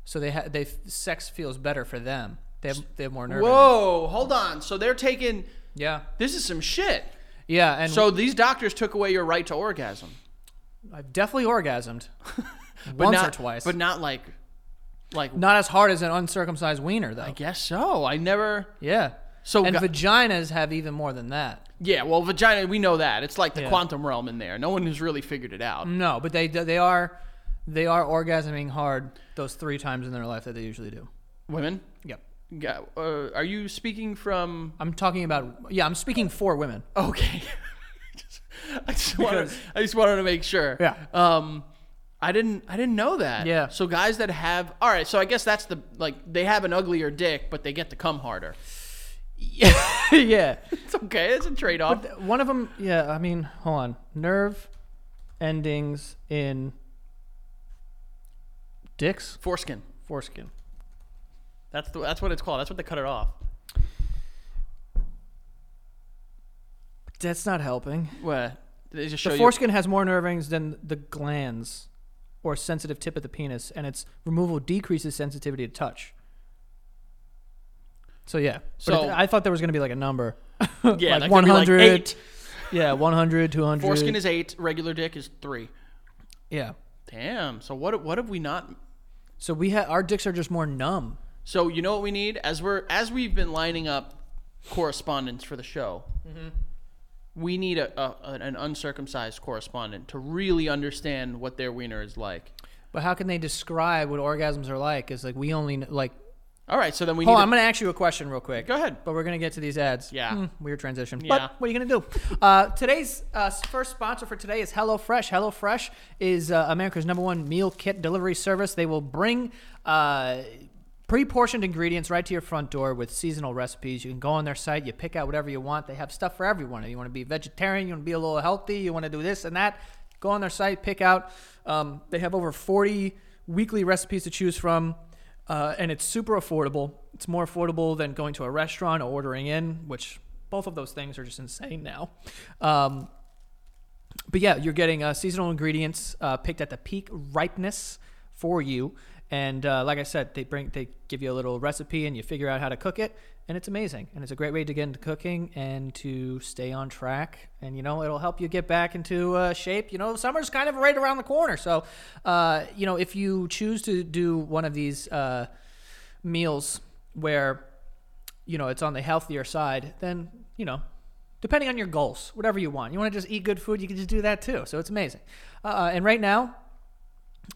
so they ha- they sex feels better for them. They have they have more nerve. endings.
Whoa, hold on. So they're taking
Yeah,
this is some shit.
yeah, and
So these doctors took away your right to orgasm.
I've definitely orgasmed
But
once
not,
or twice,
But not like like
not as hard as an uncircumcised wiener though.
I guess so. I never
yeah.
So
and
go-
vaginas have even more than that.
Yeah, well, vagina, we know that. It's like the
Yeah. Mm.
quantum realm in there. No one has really figured it out.
No, but they they are they are orgasming hard those three times in their life that they usually do.
Women?
Yep.
Yeah, uh, are you speaking from.
I'm talking about yeah. I'm speaking for women.
Okay. I just wanted,
Because-
I just wanted to make sure.
Yeah.
Um, I didn't. I didn't know that.
Yeah.
So guys that have. All right. So I guess that's the like they have an uglier dick, but they get to come harder.
yeah.
It's okay. It's a trade off.
One of them, yeah. I mean, hold on. Nerve endings in dicks
Foreskin.
foreskin.
That's the, that's what it's called. That's what they cut it off.
That's not helping.
What? Did They just show
The
you.
foreskin has more nerve endings than the glands or sensitive tip of the penis, and its removal decreases sensitivity to touch. So yeah. But
So-
it- I thought there was gonna be like a number.
Yeah,
like
that could be like
100.
eight.
yeah, 100, 200.
Foreskin is eight. Regular dick is three.
yeah.
Damn. So what? What have we not?
So we ha- our dicks are just more numb.
So you know what we need as we're as we've been lining up correspondence for the show.
Mm-hmm.
We need a, a an uncircumcised correspondent to really understand what their wiener is like.
But how can they describe what orgasms are like? Is like we only kn- like
All right, so then we
Hold
need.
on,
a-
I'm going to ask you a question real quick.
Go ahead.
But we're going to get to these ads.
Yeah.
Hmm, weird transition.
Yeah.
But what are you going to do? Uh, today's uh, first sponsor for today is HelloFresh. HelloFresh is uh, America's number one meal kit delivery service. They will bring. Uh, Pre-portioned ingredients right to your front door with seasonal recipes. You can go on their site, you pick out whatever you want. They have stuff for everyone. If you want to be vegetarian, you want to be a little healthy, you want to do this and that, go on their site, pick out. Um, they have over 40 weekly recipes to choose from uh, and it's super affordable. It's more affordable than going to a restaurant or ordering in, which both of those things are just insane now. Um, but yeah, you're getting uh, seasonal ingredients uh, picked at the peak ripeness for you, and uh, like I said, they bring they give you a little recipe, and you figure out how to cook it, and it's amazing, and it's a great way to get into cooking and to stay on track, and you know it'll help you get back into uh, shape. You know, summer's kind of right around the corner, so uh, you know if you choose to do one of these uh, meals where you know it's on the healthier side, then you know depending on your goals, whatever you want. You want to just eat good food, you can just do that too. So it's amazing. Uh, and right now,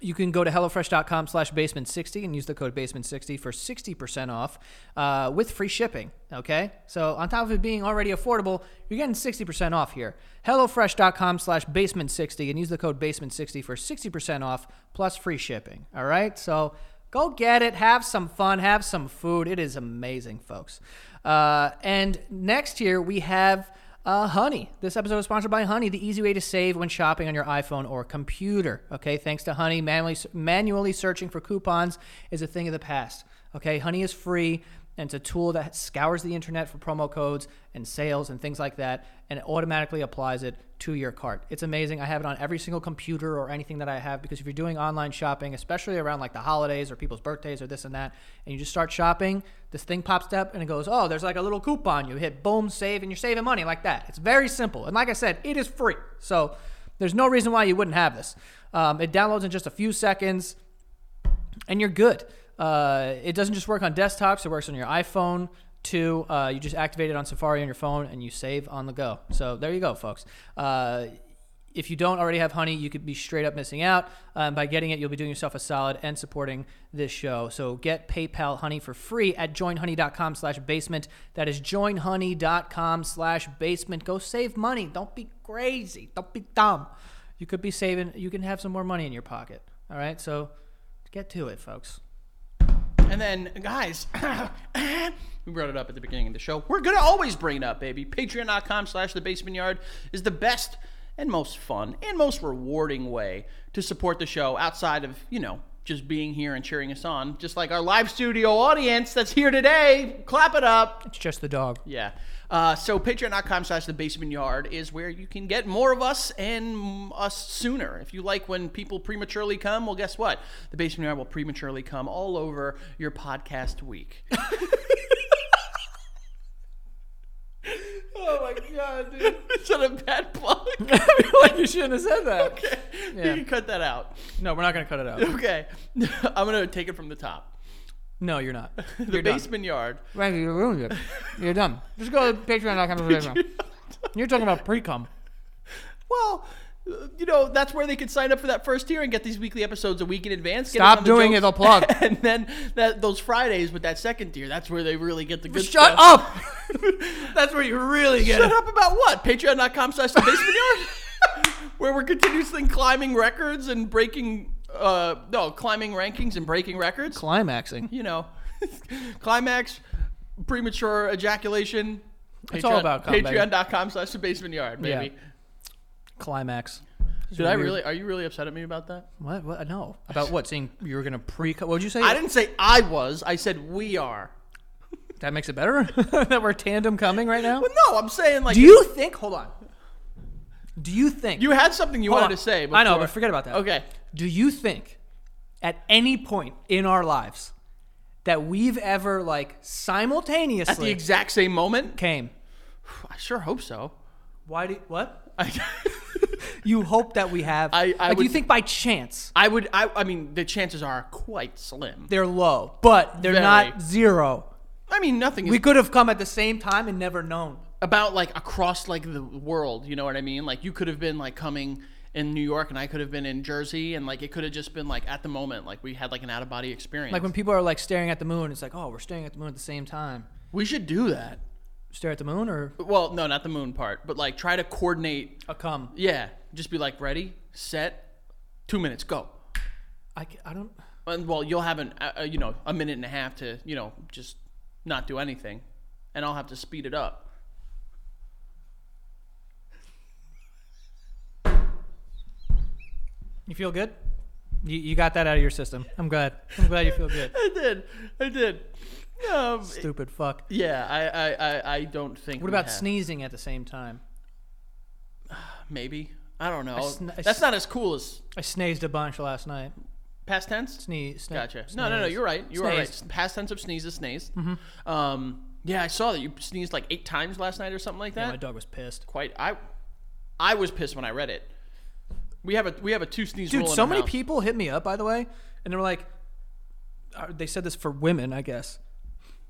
you can go to HelloFresh.com slash basement60 and use the code basement60 for 60% off uh, with free shipping. Okay? So, on top of it being already affordable, you're getting 60% off here. HelloFresh.com slash basement60 and use the code basement60 for 60% off plus free shipping. All right? So, go get it. Have some fun. Have some food. It is amazing, folks. Uh, and next here, we have Uh, Honey. This episode is sponsored by Honey, the easy way to save when shopping on your iPhone or computer. Okay, thanks to Honey, manually manually searching for coupons is a thing of the past. Okay, Honey is free and it's a tool that scours the internet for promo codes and sales and things like that and it automatically applies it to your cart. It's amazing. I have it on every single computer or anything that I have because if you're doing online shopping, especially around like the holidays or people's birthdays or this and that, and you just start shopping, this thing pops up and it goes, "Oh, there's like a little coupon. You hit boom, save and you're saving money like that." It's very simple. And like I said, it is free. So there's no reason why you wouldn't have this. Um, it downloads in just a few seconds and you're good. Uh, it doesn't just work on desktops; it works on your iPhone too. Uh, you just activate it on Safari on your phone, and you save on the go. So there you go, folks. Uh, if you don't already have Honey, you could be straight up missing out. Um, by getting it, you'll be doing yourself a solid and supporting this show. So get PayPal Honey for free at joinhoney.com slash basement. That is joinhoney.com slash basement. Go save money. Don't be crazy. Don't be dumb. You could be saving, you can have some more money in your pocket. All right, so get to it, folks.
And then, guys, we brought it up at the beginning of the show. We're going to always bring it up, baby. Patreon.com slash The Basement Yard is the best and most fun and most rewarding way to support the show outside of, you know, just being here and cheering us on. Just like our live studio audience that's here today. Clap it up.
It's just the dog.
Yeah. Uh, so patreon.com slash the basement yard is where you can get more of us and us sooner. If you like when people prematurely come, well, guess what? The basement yard will prematurely come all over your podcast week.
Oh my god, dude.
Is that a bad plug?
like you shouldn't have said that.
You can cut that out.
No, we're not gonna cut it out.
Okay. I'm going to take it from the top.
No, you're not.
The
You're done.
basement yard.
Randy, you ruined it. You're dumb. Just go to patreon.com. for right now. You're talking about pre cum.
Well, uh, you know, that's where they could sign up for that first tier and get these weekly episodes a week in advance. get in
Stop
on the
doing
jokes.
it, the plug.
and then that those Fridays with that second tier, that's where they really get the good
Shut
stuff.
up! That's where you really get
Shut
it.
up about what? Patreon.com slash the basement yard? where we're continuously climbing records and breaking, uh, no, climbing rankings and breaking records.
Climaxing.
you know, climax, premature ejaculation.
It's all about cum, baby.
Patreon.com slash the basement yard,
Yeah.
baby.
Climax.
Did I
Weird.
really, are you really upset at me about that?
What? What? No. About what? Saying you were gonna pre cum? What'd you say?
I didn't say I was. I said we are.
That makes it better that we're tandem coming right now.
But no, I'm saying like
Do you think? Hold on. Do you think?
you had something you
Hold
wanted
on.
to say. Before.
I know, but forget about that.
Okay.
Do you think at any point in our lives that we've ever like simultaneously
At the exact same moment?
came?
I sure hope so.
Why do what?
I,
You hope that we have
I- I
like do you
would-
think by chance
I would. I, I mean, the chances are quite slim.
they're low, but they're
Very.
not zero.
I mean, nothing is
We could have come at the same time and never known.
about like across like the world. You know what I mean? Like you could have been like coming in New York, and I could have been in Jersey, and like it could have just been like at the moment, like we had like an out of body experience.
Like when people are like staring at the moon, it's like, oh, we're staring at the moon at the same time.
we should do that.
Stare at the moon or
Well, no, not the moon part, but like try to coordinate.
a cum?
Yeah, just be like ready, set, two minutes, go.
I, ca- I don't.
And well, you'll have an uh, uh, you know a minute and a half to you know just not do anything, and I'll have to speed it up.
You feel good? You, you got that out of your system. I'm glad. I'm glad you feel good.
I did, I did. Um,
Stupid fuck.
yeah, I, I, I, I don't think.
What
we
about
have-
sneezing at the same time?
Maybe. I don't know.
sn- I
That's
s-
not as cool as
I sneezed a bunch last night.
past tense.
Sneeze. sne-
Gotcha. No, no, no.
sneeze. Mm-hmm.
You're right. You are right.
Sneezed.
Past tense of sneeze is sneeze. Um, yeah, I saw that you sneezed like eight times last night or something like
Yeah,
that.
my dog was pissed.
Quite. I, I was pissed when I read it. We have a we have a two sneeze
Dude,
rule. in
so
our
many
house.
people hit me up, by the way, and they were like, uh, they said this for women, I guess.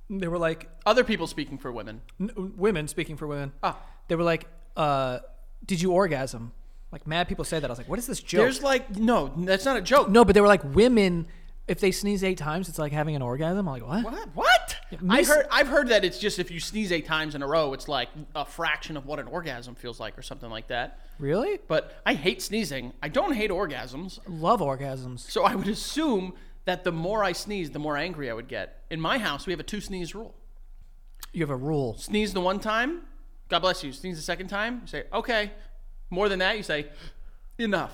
They were like,
Other people speaking for women.
n- uh, women speaking for women.
Ah.
They were like, uh, did you orgasm? Like, mad people say that. I was like, what is this joke?
There's like no, that's not a joke.
no, but they were like, women, if they sneeze eight times, it's like having an orgasm. I'm like, what?
What? What? I
miss-
heard. I've heard that it's just if you sneeze eight times in a row, it's like a fraction of what an orgasm feels like, or something like that.
Really?
But I hate sneezing. I don't hate orgasms.
Love orgasms.
So I would assume that the more I sneeze, the more angry I would get. In my house, we have a two sneeze rule.
You have a rule.
Sneeze the one time, God bless you. Sneeze the second time. You say, okay. More than that, you say, enough.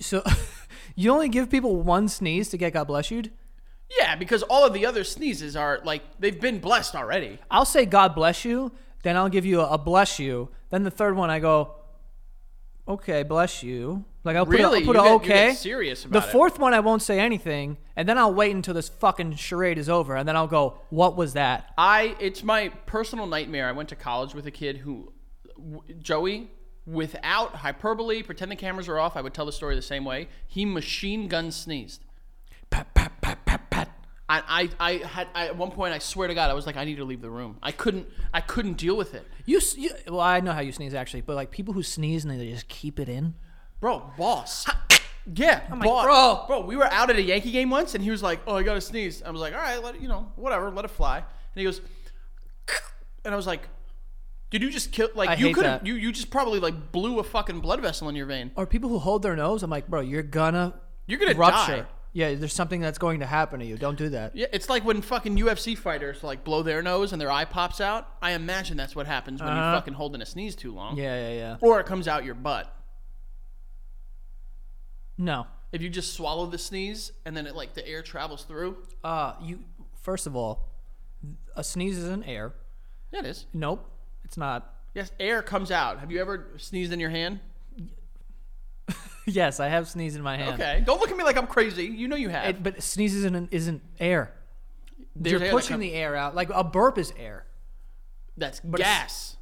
So you only give people one sneeze to get God bless you.
Yeah, because all of the other sneezes are like they've been blessed already.
I'll say God bless you, then I'll give you a, a bless you. Then the third one I go, okay, bless you. Like I'll put a- I'll
Really?
put
You
a
get- you
okay.
get serious
the
about it.
fourth one I won't say anything, and then I'll wait until this fucking charade is over, and then I'll go, what was that?
I it's my personal nightmare. I went to college with a kid who w- Joey without hyperbole, pretend the cameras were off, I would tell the story the same way. He machine gun sneezed.
Pat pat pat pat pat.
I, I, I had I, at one point I swear to God I was like I need to leave the room. I couldn't I couldn't deal with it,
You, s- you well, I know how you sneeze actually, but like people who sneeze and they just keep it in.
bro. Boss. Yeah, boss.
bro.
bro, we were out at a Yankee game once, and he was like, "Oh, I gotta sneeze." I was like, "All right, let it, you know, whatever, let it fly." And he goes, and I was like, "Did you just kill? Like
I
you
hate
could
that.
have you you just probably like blew a fucking blood vessel in your vein.
Or people who hold their nose, I'm like, bro, you're gonna
You're gonna
rupture.
die."
Yeah, there's something that's going to happen to you. Don't do that.
Yeah, it's like when fucking UFC fighters like blow their nose and their eye pops out. I imagine that's what happens when
Uh-huh.
you fucking hold in a sneeze too long,
Yeah, yeah, yeah.
or it comes out your butt.
No.
If you just swallow the sneeze and then it like the air travels through.
Uh, you first of all, a sneeze is in air.
Yeah, it is.
Nope, it's not.
Yes, air comes out. Have you ever sneezed in your hand?
yes, I have sneezed in my hand.
Okay. Don't look at me like I'm crazy. You know you have.
It, but sneeze isn't isn't air.
There's air
You're
that
pushing
comes-
the air out. Like a burp is air.
That's
it's-
gas.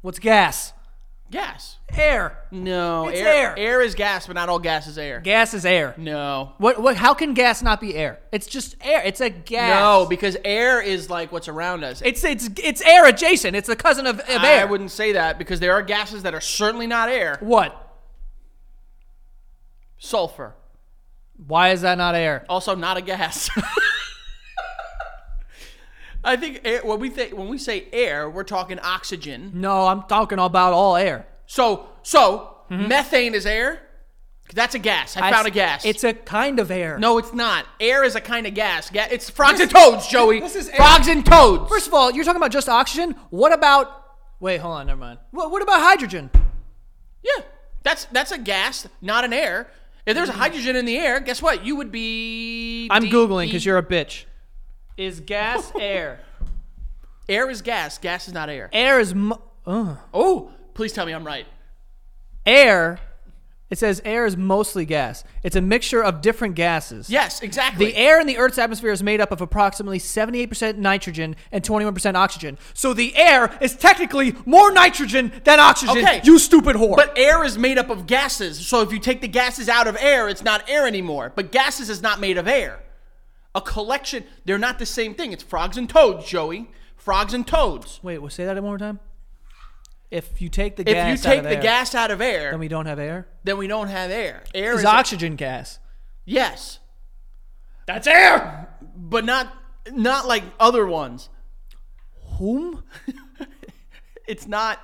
What's gas?
Gas.
Air.
No,
It's
air,
air.
is gas, but not all gas is air.
Gas is air.
no.
What? What? How can gas not be air? It's just air. It's a gas.
No, because air is like what's around us.
It's it's it's air adjacent. It's the cousin of, of
I
air.
wouldn't say that because there are gases that are certainly not air.
What?
Sulfur.
Why is that not air?
Also not a gas. I think air, when we think when we say air, we're talking oxygen.
No, I'm talking about all air.
So so methane is air? That's a gas. I,
I
found a
s-
gas.
It's a kind of air.
No, it's not. Air is a kind of gas. Ga- it's frogs and toads, Joey.
this is air.
frogs and toads.
First of all, you're talking about just oxygen. What about? Wait, hold on. Never mind. What, what about hydrogen?
yeah, that's that's a gas, not an air. If there's a hydrogen in the air, guess what? You would be.
Mm-hmm. I'm
D- E
googling because
D-
you're a bitch. Is gas air?
Air is gas. Gas is not air.
Air is mu- uh,
Oh, please tell me I'm right.
air. It says air is mostly gas. It's a mixture of different gases.
Yes, exactly.
The air in the Earth's atmosphere is made up of approximately 78% nitrogen and 21% oxygen. So the air is technically more nitrogen than oxygen.
Okay.
You stupid whore.
but air is made up of gases. So if you take the gases out of air, it's not air anymore. But gases is not made of air. A collection. They're not the same thing. It's frogs and toads, Joey. Frogs and toads.
wait, we'll say that one more time. If you take the
If
gas,
you
out
take
of
the
air,
gas out of air,
then we don't have air.
then we don't have air. Air
It's
is
oxygen gas.
yes,
That's air.
but not not like other ones.
Whom?
It's not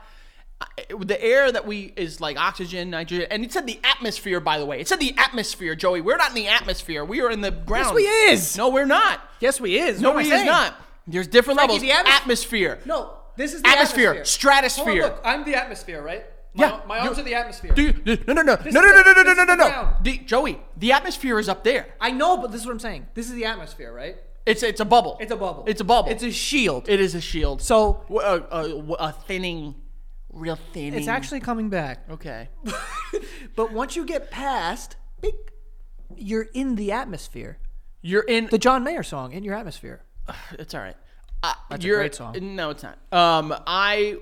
I- the air that we is like oxygen, nitrogen, and it said the atmosphere. By the way, it said the atmosphere, Joey. We're not in the atmosphere. We are in the ground.
Yes, we is.
No, we're not.
Yes, we is.
No,
What am I
we is
saying?
not. There's different
Frankie,
levels.
the atmos-
atmosphere.
No, this is the
Atmosphere, stratosphere.
Hold on, look, I'm the atmosphere, right? My,
Yeah,
my arms
you-
are the atmosphere.
Do you, no, no, no, no, no,
is
no,
the-
no, no,
this
no,
is
no,
the
no.
ground.
The- Joey, the atmosphere is up there.
I know, but this is what I'm saying. This is the atmosphere, right?
It's it's a bubble.
It's a bubble.
It's a bubble.
It's a shield.
it is a shield.
so
W- a, a, a thinning, real thinning.
it's actually coming back.
okay.
But once you get past, beep, you're in the atmosphere.
You're in.
The John Mayer song, "In Your Atmosphere."
it's all right. Uh,
That's a
you're,
great song.
No, it's not. Um, I.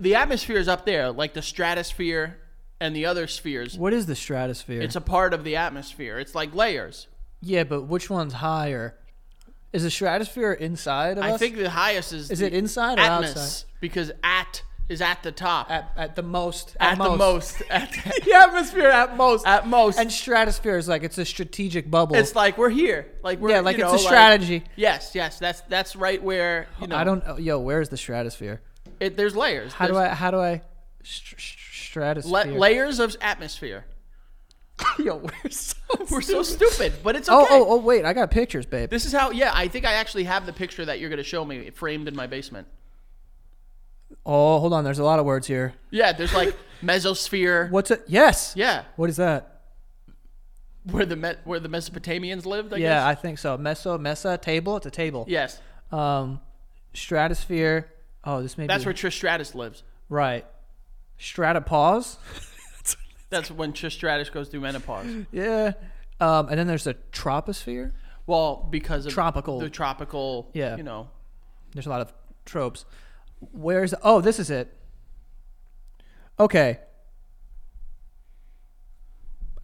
The atmosphere is up there, like the stratosphere and the other spheres.
What is the stratosphere?
It's a part of the atmosphere. It's like layers.
yeah, but which one's higher? Is the stratosphere inside of
I
us?
think the highest is.
Is
the
it inside or
atmos?
outside?
Because at is at the top.
at, at the most.
At the most. At,
the atmosphere at most.
at most.
and stratosphere is like it's a strategic bubble.
it's like we're here. Like we're
yeah, like
you
it's
know,
a strategy.
yes, yes. That's that's right where you know.
I don't. oh, Yo, where is the stratosphere?
It, there's layers.
How
There's-
do I? How do I? Str- str- stratosphere.
La- layers of atmosphere.
yo, we're so.
We're so stupid, but it's
Oh,
okay.
oh, oh! Wait, I got pictures, babe.
This is how. Yeah, I think I actually have the picture that you're gonna show me framed in my basement.
Oh, hold on. There's a lot of words here.
Yeah, there's like mesosphere.
What's it? Yes.
Yeah,
What is that?
where the Me- where the Mesopotamians lived. I
yeah,
guess.
I think so. Meso, mesa, table. It's a table.
Yes,
Um, stratosphere. Oh, this may
that's
be
where Trish Stratus lives.
right. Stratopause.
That's when Trish Stratus goes through menopause.
yeah. Um, and then there's a troposphere.
Well, because of
Tropical.
the tropical.
Yeah.
you know.
There's a lot of tropes. Where's oh this is it? Okay.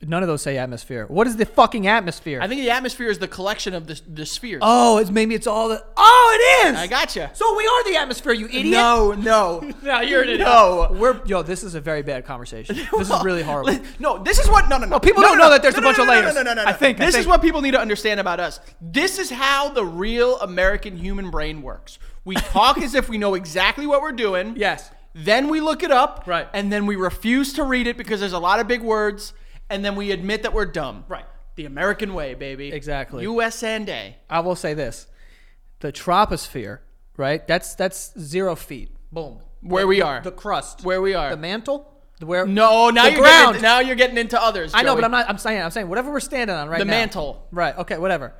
None of those say atmosphere. What is the fucking atmosphere?
I think the atmosphere is the collection of the the spheres.
oh, it's maybe it's all the oh it is.
I gotcha.
so we are the atmosphere, you idiot.
No, no.
no, you're an idiot.
No.
we're yo. This is a very bad conversation. This is really horrible.
No, this is what no no no.
people
no,
don't
no,
know
no.
that there's
No,
a
no,
bunch
no,
of
no,
layers.
No, no, no, no,
I
no.
think- I
this is
think-
what people need to understand about us. This is how the real American human brain works. We talk as if we know exactly what we're doing.
Yes.
Then we look it up.
Right.
And then we refuse to read it because there's a lot of big words. And then we admit that we're dumb.
Right.
The American way, baby.
Exactly.
U.S. and A.
I will say this: the troposphere, right? That's that's zero feet. Boom.
Where we are.
The crust.
Where we are.
The mantle. The where?
no, now
the
you're
ground.
Getting, now you're getting into others.
I know,
Joey.
but I'm not. I'm saying. I'm saying whatever we're standing on right
The
now.
mantle.
Right. Okay. Whatever.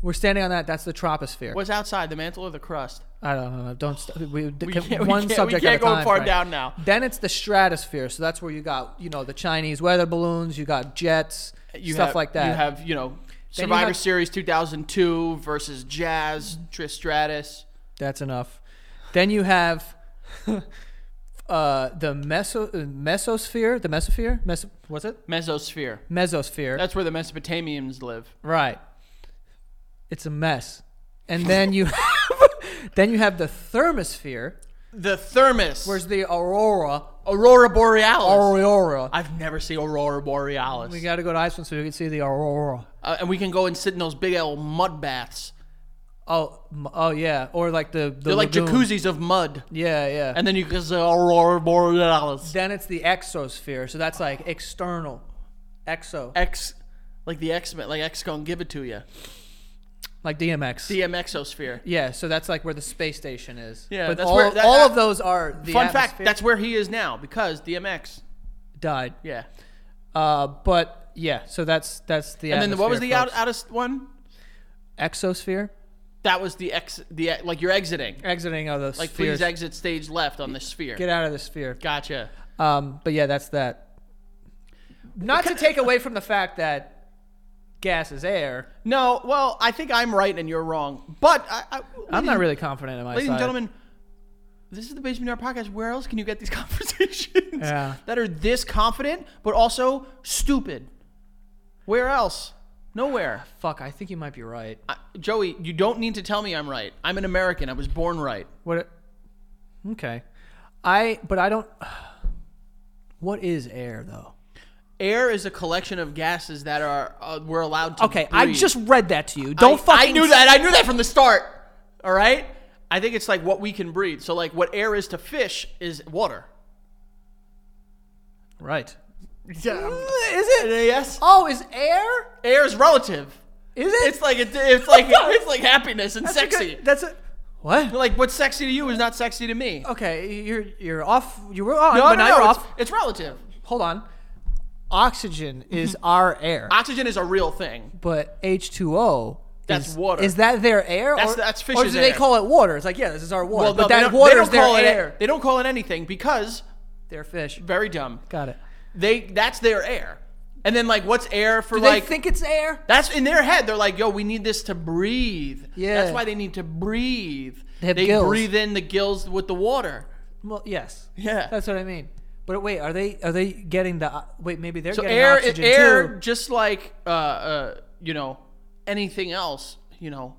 We're standing on that. That's the troposphere.
What's outside the mantle or the crust?
I don't know. Don't st- we, d-
can't-
can-
we
one
can't- we
subject
can't
at a
go
time,
far
Frank.
down now.
Then it's the stratosphere. So that's where you got you know the Chinese weather balloons. You got jets.
you
stuff
have-
like that.
You have, you know,
Then you
Survivor
have-
Series 2002 versus Jazz, Trish Stratus.
That's enough. Then you have uh, the meso- uh, mesosphere, the mesosphere, meso- what's it?
Mesosphere.
Mesosphere.
That's where the Mesopotamians live.
right. It's a mess. And then you have, then you have the thermosphere.
The thermos.
Where's the aurora?
Aurora Borealis?
Aurora.
I've never seen Aurora Borealis.
We got to go to Iceland so we can see the aurora.
Uh, and we can go and sit in those big old mud baths.
Oh, m- oh yeah, or like the, the
They're like
lagoon.
jacuzzis of mud.
Yeah, yeah.
And then you can see Aurora Borealis.
then it's the exosphere. So that's like external, exo,
X, like the X Men, like X gonna give it to you.
like DMX.
DMXosphere.
Yeah, so that's like where the space station is.
Yeah,
but
that's
all,
where- that-
all
that-
of those are the
Fun fact:
atmosphere-
that's where he is now because DMX.
died.
Yeah.
Uh, but yeah, so that's that's the
And then what was the out,
atmosphere,
outest one?
folks. exosphere
That was the ex, the e- like you're exiting.
exiting of those
Like
spheres.
please exit stage left on the sphere.
Get out of the sphere.
Gotcha.
Um, but yeah, that's that. Not to take away from the fact that gas is air.
No, well, I think I'm right and you're wrong. But I, I,
I'm not really confident in my
ladies
side.
and gentlemen. This is the Basement Yard podcast. Where else can you get these conversations
Yeah.
that are this confident but also stupid? Where else? Nowhere.
Fuck, I think you might be right.
I, Joey, you don't need to tell me I'm right. I'm an American. I was born right.
What? Okay, I but I don't. What is air though?
Air is a collection of gases that are uh, we're allowed to.
Okay, I
breathe.
just read that to you. Don't
I,
fucking.
I knew that. I knew that from the start. All right. I think it's like what we can breathe. So like what air is to fish is water.
Right.
Yeah.
Is it?
Yes.
Oh, is air?
Air is relative.
Is it?
It's like it, it's like it's like happiness and
That's a
sexy.
good- that's a what?
Like what's sexy to you is not sexy to me.
Okay, you're you're off. You were on,
No,
Oh, but
no,
now
no,
you're
it's,
off.
it's relative.
Hold on. Oxygen is
Mm-hmm.
our air,
Oxygen is a real thing.
but H two O.
That's
is,
water.
Is that their air?
That's-
or,
that's
Or
fish's
do they
air.
call it water? It's like yeah, this is our water.
no,
but
they
that
don't- they
water
don't
is their
call it-
air.
They don't call it anything because
They're fish.
very dumb.
Got it.
They that's their air. And then like what's air for
Do
like
they think it's air?
That's in their head. They're like, "Yo, we need this to breathe."
Yeah.
That's why they need to breathe.
They have gills.
breathe in the gills with the water.
Well, yes.
Yeah.
That's what I mean. But wait, are they are they getting the wait? Maybe they're
So
getting
air,
oxygen
air,
too.
just like uh, uh, you know, anything else, you know,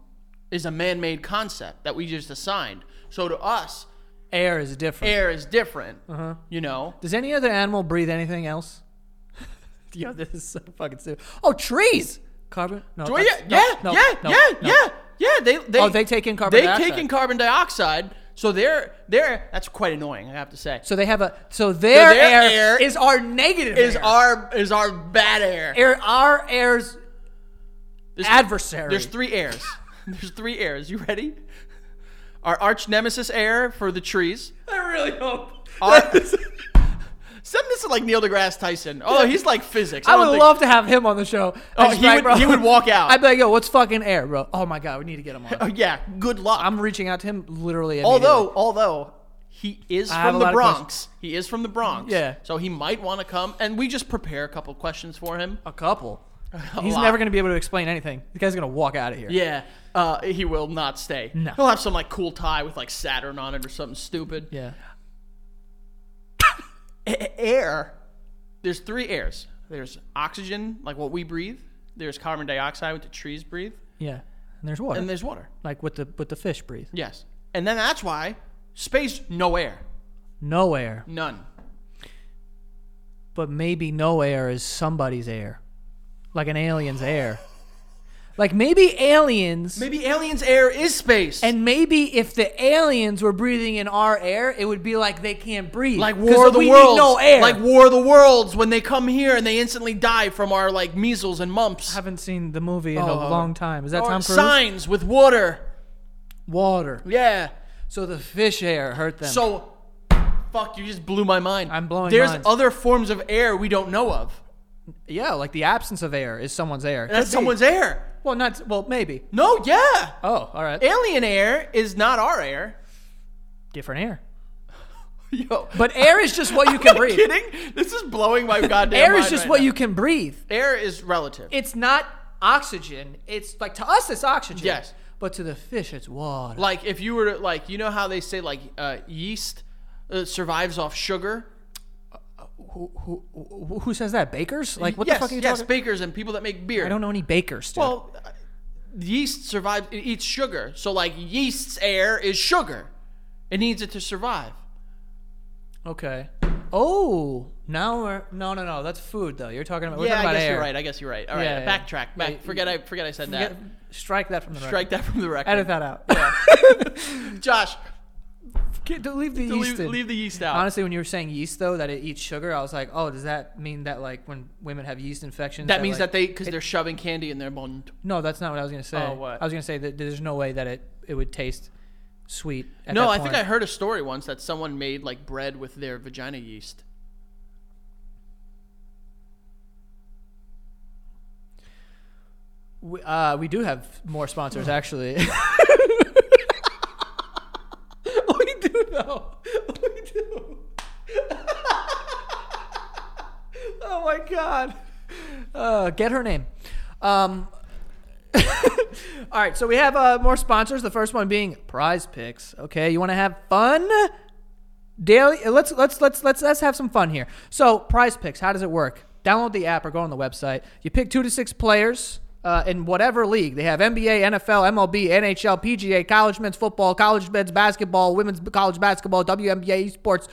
is a man-made concept that we just assigned. So to us,
Air is different.
air is different.
Uh-huh.
You know,
Does any other animal breathe anything else? Yo, this is so fucking stupid. Oh, trees. Carbon? No.
Well, yeah,
that's- no, no,
yeah, yeah,
no,
yeah,
no.
yeah, yeah. They, they,
Oh, they take in carbon
They
dioxide.
take in carbon dioxide. So they're, they're. That's quite annoying. I have to say.
So they have a. So their,
their
air,
air
is our negative.
Is
air.
our is our bad air?
air our air's
There's-
adversary?
There's three airs. There's three airs. You ready? our arch nemesis heir for the trees.
I really hope.
Our, send this to like Neil deGrasse Tyson. Oh, he's like physics.
I
don't
would
think-
love to have him on the show.
Oh,
That's
he
right,
would-
bro.
he would walk out.
I'd be like, yo, what's fucking air, bro? Oh my god, we need to get him
Oh,
on.
yeah, good luck.
I'm reaching out to him literally.
although, although he is
I have
from
a
the
lot of
Bronx. He is from the Bronx.
Yeah.
So he might want to come, and we just prepare a couple questions for him.
a couple, he's
lot.
never gonna be able to explain anything. The guy's gonna walk out of here.
Yeah. Uh, he will not stay.
No.
He'll have some like cool tie with like Saturn on it or something stupid.
yeah.
A- air. There's three airs. There's oxygen, like what we breathe. There's carbon dioxide, what the trees breathe,
Yeah. And there's water,
and there's water.
like with the with the fish breathe.
Yes. And then that's why space, no air,
No air,
none.
but maybe no air is somebody's air, like an alien's air. Like maybe aliens.
Maybe aliens' air is space.
And maybe if the aliens were breathing in our air, it would be like they can't breathe.
like
'Cause
War of the
we need
Worlds,
no air.
like War of the Worlds, when they come here and they instantly die from our like measles and mumps.
haven't seen the movie in
Oh.
a long time. Is that
Or
Tom Cruise?
signs with water.
Water.
Yeah.
So the fish air hurt them.
So, fuck, you just blew my mind.
I'm blowing
There's
minds.
other forms of air we don't know of.
yeah, like the absence of air is someone's air. Could
That's
be.
someone's air.
Well, not well, maybe.
No, yeah.
Oh, all right.
Alien air is not our air.
Different air.
Yo.
But air is just what you can
Are you
breathe.
kidding? This is blowing my goddamn
Air
mind
is just
right
what
now.
you can breathe.
Air is relative.
It's not oxygen. It's like to us, it's oxygen.
Yes.
But to the fish, it's water.
like if you were to like you know how they say like uh, yeast uh, survives off sugar?
Who, who, who says that? Bakers? Like what
yes,
the fuck are you
yes,
talking?
bakers and people that make beer.
I don't know any bakers. Dude.
Well, uh, yeast survives it eats sugar. So like yeast's air is sugar. It needs it to survive.
Okay. Oh, now we're no, no, no. That's food though. You're talking about. We're
yeah,
talking
I
about
guess
air.
you're right. I guess you're right. All right,
Yeah, yeah.
backtrack. Back.
Yeah, you-
forget I forget I said
Forget-
that.
strike that from the
Strike that from the record.
Edit that out.
Josh,
Get- don't leave the yeast.
leave,
in.
leave the yeast out.
Honestly, when you were saying yeast though, that it eats sugar, I was like, oh, does that mean that like when women have yeast infections?
that means
like-
that they because they're shoving candy in their bun.
No, that's not what I was gonna say.
Oh, what?
I was gonna say that there's no way that it it would taste sweet. At
No,
that
I think
point.
I heard a story once that someone made like bread with their vagina yeast.
We, uh, we do have more sponsors actually. we do though. We do. oh my god. Uh, get her name. Um, all right, so we have uh, more sponsors. The first one being Prize Picks. Okay, you want to have fun? daily let's let's let's let's let's have some fun here so prize picks how does it work download the app or go on the website you pick two to six players uh, in whatever league they have nba nfl mlb nhl pga college men's football college men's basketball women's college basketball WNBA sports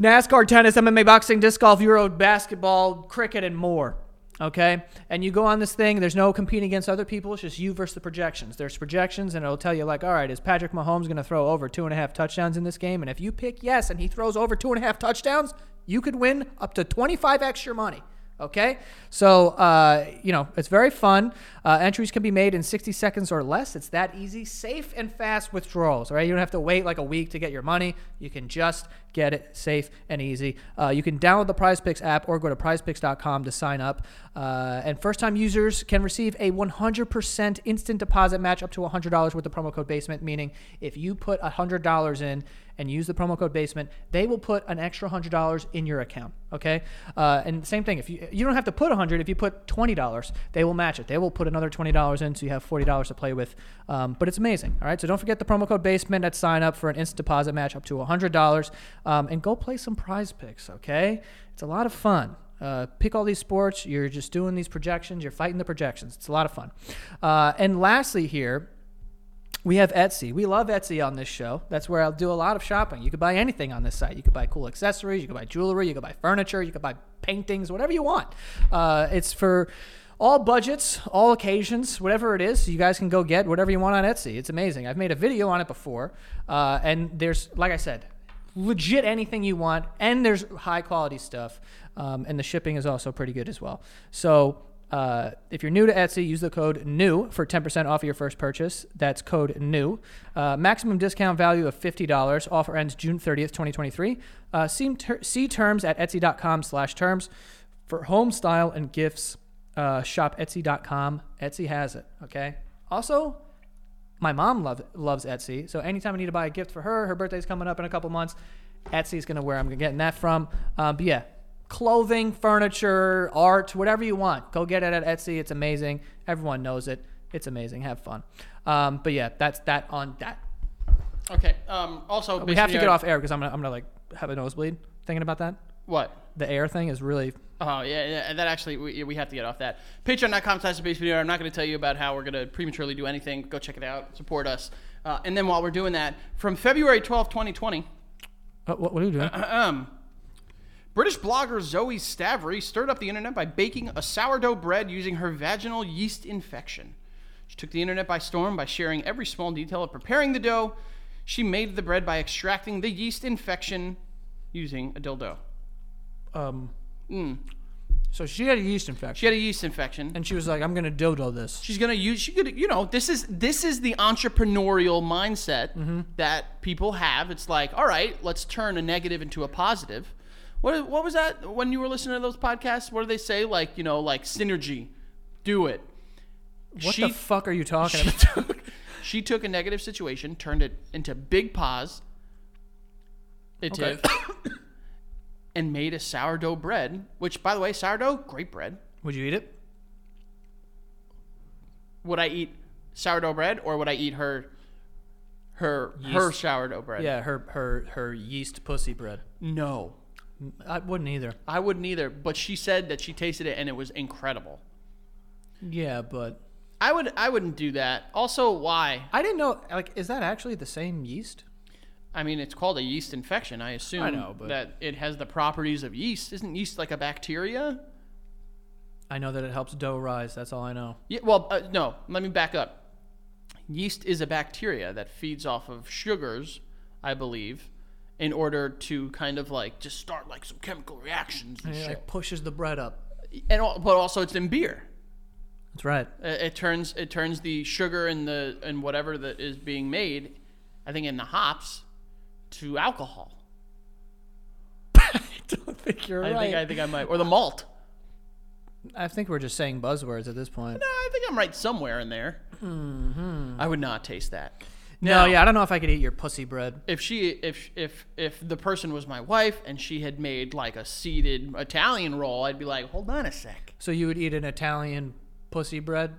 NASCAR, tennis, MMA, boxing, disc golf, Euro basketball, cricket, and more. Okay, and you go on this thing. There's no competing against other people. It's just you versus the projections. There's projections, and it'll tell you like, all right, is Patrick Mahomes going to throw over two and a half touchdowns in this game? And if you pick yes, and he throws over two and a half touchdowns, you could win up to 25 extra money. Okay, so uh, you know it's very fun. Uh, entries can be made in 60 seconds or less. It's that easy, safe and fast withdrawals. All right, you don't have to wait like a week to get your money. You can just get it safe and easy. Uh, you can download the Prize Picks app or go to PrizePicks.com to sign up. Uh, and first-time users can receive a 100% instant deposit match up to $100 with the promo code Basement. Meaning, if you put $100 in and use the promo code basement they will put an extra $100 in your account okay uh, and same thing if you you don't have to put 100 if you put $20 they will match it they will put another $20 in so you have $40 to play with um, but it's amazing all right so don't forget the promo code basement at sign up for an instant deposit match up to $100 um, and go play some prize picks okay it's a lot of fun uh, pick all these sports you're just doing these projections you're fighting the projections it's a lot of fun uh, and lastly here we have Etsy. We love Etsy on this show. That's where I'll do a lot of shopping. You could buy anything on this site. You could buy cool accessories. You could buy jewelry. You could buy furniture. You could buy paintings. Whatever you want. Uh, it's for all budgets, all occasions, whatever it is. You guys can go get whatever you want on Etsy. It's amazing. I've made a video on it before, uh, and there's like I said, legit anything you want, and there's high quality stuff, um, and the shipping is also pretty good as well. So Uh, if you're new to Etsy, use the code NEW for 10% off of your first purchase. That's code NEW. Uh, maximum discount value of $50. Offer ends June 30th, 2023. Uh, see, ter- see terms at etsy.com slash terms. For home style and gifts, uh, shop etsy.com. Etsy has it, okay? Also, my mom love, loves Etsy. So anytime I need to buy a gift for her, her birthday's coming up in a couple months. Etsy's gonna where I'm getting that from. Um, but yeah, clothing, furniture, art, whatever you want, go get it at Etsy. It's amazing. Everyone knows it. It's amazing. Have fun. Um, but yeah, that's that on that.
Okay. Um, also,
We have to get off air because I'm gonna, I'm gonna like have a nosebleed thinking about that.
What?
The air thing is really
Oh yeah, yeah, and that actually we, we have to get off that. Patreon.com slash the base video. I'm not going to tell you about how we're going to prematurely do anything. Go check it out. Support us. Uh, and then while we're doing that, from February 12, 2020,
Oh, what, what are you doing?
um, British blogger Zoe Stavery stirred up the internet by baking a sourdough bread using her vaginal yeast infection. She took the internet by storm by sharing every small detail of preparing the dough. She made the bread by extracting the yeast infection using a dildo.
Um, So she had a yeast
Hmm. She
infection,
had a yeast infection.
and she was like, "I'm gonna dildo this."
She's gonna use. She could, you know, this is this is the entrepreneurial mindset
Mm-hmm.
that people have. It's like, all right, let's turn a negative into a positive. What what was that when you were listening to those podcasts? What do they say? Like, you know, like synergy, do it.
What
she,
the fuck are you talking
she
about?
took she took a negative situation, turned it into big pause, and made a sourdough bread. Which, by the way, sourdough, great bread.
Would you eat it?
would I eat sourdough bread or would I eat her her her sourdough bread?
Yeah, her her her yeast pussy bread.
No.
I wouldn't either.
I wouldn't either, but she said that she tasted it and it was incredible.
Yeah, but
I would I wouldn't do that. Also, why?
I didn't know. Like, is that actually the same yeast?
I mean, it's called a yeast infection. I assume
I know, but-
that it has the properties of yeast. Isn't yeast like a bacteria?
I know that it helps dough rise. That's all I know.
Yeah, well, uh, no, let me back up. Yeast is a bacteria that feeds off of sugars, I believe, in order to kind of like just start like some chemical reactions and
It
shit.
like pushes the bread up.
and al- but also it's in beer.
That's right.
Uh, It turns it turns the sugar and the and whatever that is being made, I think in the hops, to alcohol.
I don't think you're
I
right.
think I think I might or the malt.
I, think we're just saying buzzwords at this point.
No, I think I'm right somewhere in there. I would not taste that.
No,
Now,
yeah, I don't know if I could eat your pussy bread.
If she if if if the person was my wife and she had made like a seeded Italian roll, I'd be like, hold on a sec.
So you would eat an Italian pussy bread?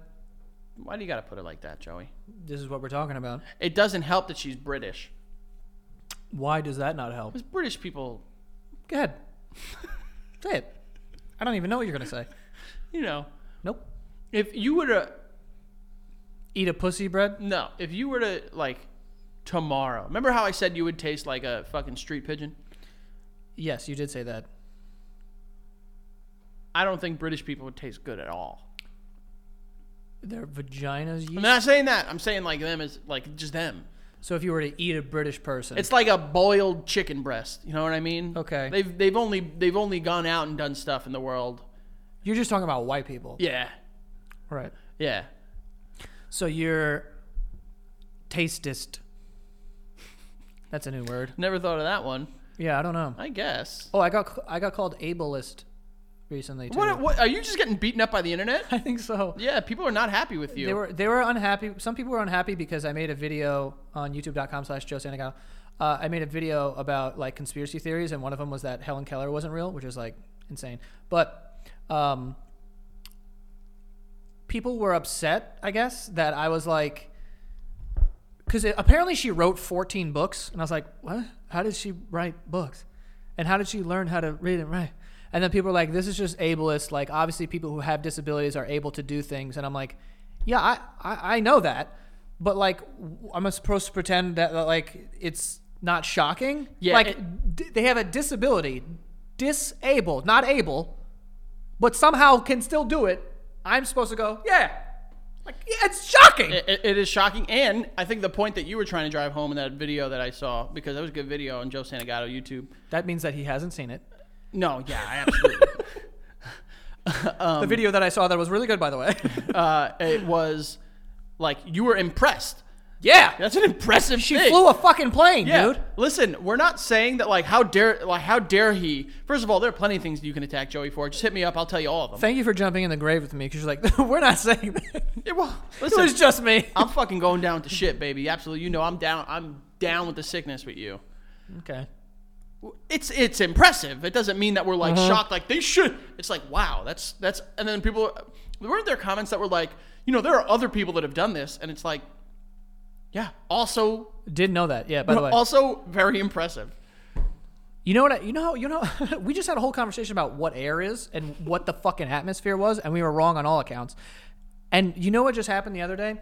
Why do you got to put it like that, Joey?
This is what we're talking about.
It doesn't help that she's British.
Why does that not help?
Because British people,
Go ahead. say it. I don't even know what you're gonna say.
you know,
Nope.
if you were to
Eat a pussy bread?
No, if you were to like tomorrow, remember how I said you would taste like a fucking street pigeon?
Yes, you did say that.
I don't think British people would taste good at all.
Their vaginas yeast.
I'm not saying that. I'm saying like them is like just them.
So if you were to eat a British person,
It's like a boiled chicken breast. You know what I mean?
Okay.
They've they've only they've only gone out and done stuff in the world.
you're just talking about white people,
Yeah,
right?
yeah.
So you're tastist. That's a new word.
Never thought of that one.
Yeah, I don't know.
I guess.
Oh, I got I got called ableist recently too.
What, what are you just getting beaten up by the internet?
I think so.
Yeah, people are not happy with you.
They were they were unhappy. Some people were unhappy because I made a video on YouTube.com/slash Joe Santagato. Uh, I made a video about like conspiracy theories, and one of them was that Helen Keller wasn't real, which is like insane. But um, people were upset, I guess, that I was like, because apparently she wrote 14 books, and I was like, what? How did she write books? And how did she learn how to read and write? And then people were like, this is just ableist. Like, obviously, people who have disabilities are able to do things. And I'm like, yeah, I, I, I know that. But, like, w- I'm supposed to pretend that, that, like, it's not shocking.
Yeah,
Like,
it-
d- they have a disability, disabled, not able, but somehow can still do it. I'm supposed to go, yeah. Like, yeah, it's shocking.
It- it, it is shocking, and I think the point that you were trying to drive home in that video that I saw because that was a good video on Joe Santagato YouTube.
that means that he hasn't seen it.
No, yeah, I absolutely.
the video that I saw that was really good, by the way.
uh, it was like you were impressed.
yeah,
That's an impressive
she
thing.
flew a fucking plane, dude.
Listen, we're not saying that like how dare like how dare he. First of all, there are plenty of things that you can attack Joey for. Just hit me up. I'll tell you all of them.
Thank you for jumping in the grave with me because you're like, we're not saying that.
Yeah, well,
It
listen, Um,
was just me.
I'm fucking going down with the shit, baby. Absolutely. You know I'm down. I'm down with the sickness with you.
Okay.
It's it's impressive. It doesn't mean that we're
Uh-huh.
like shocked. Like they should. It's like wow. That's that's. And then people weren't there comments that were like, you know, there are other people that have done this, and it's like, yeah. Also,
Didn't know that. Yeah, by the way.
also very impressive.
You know what? I, you know, you know, we just had a whole conversation about what air is and what the fucking atmosphere was, and we were wrong on all accounts. And you know what just happened the other day?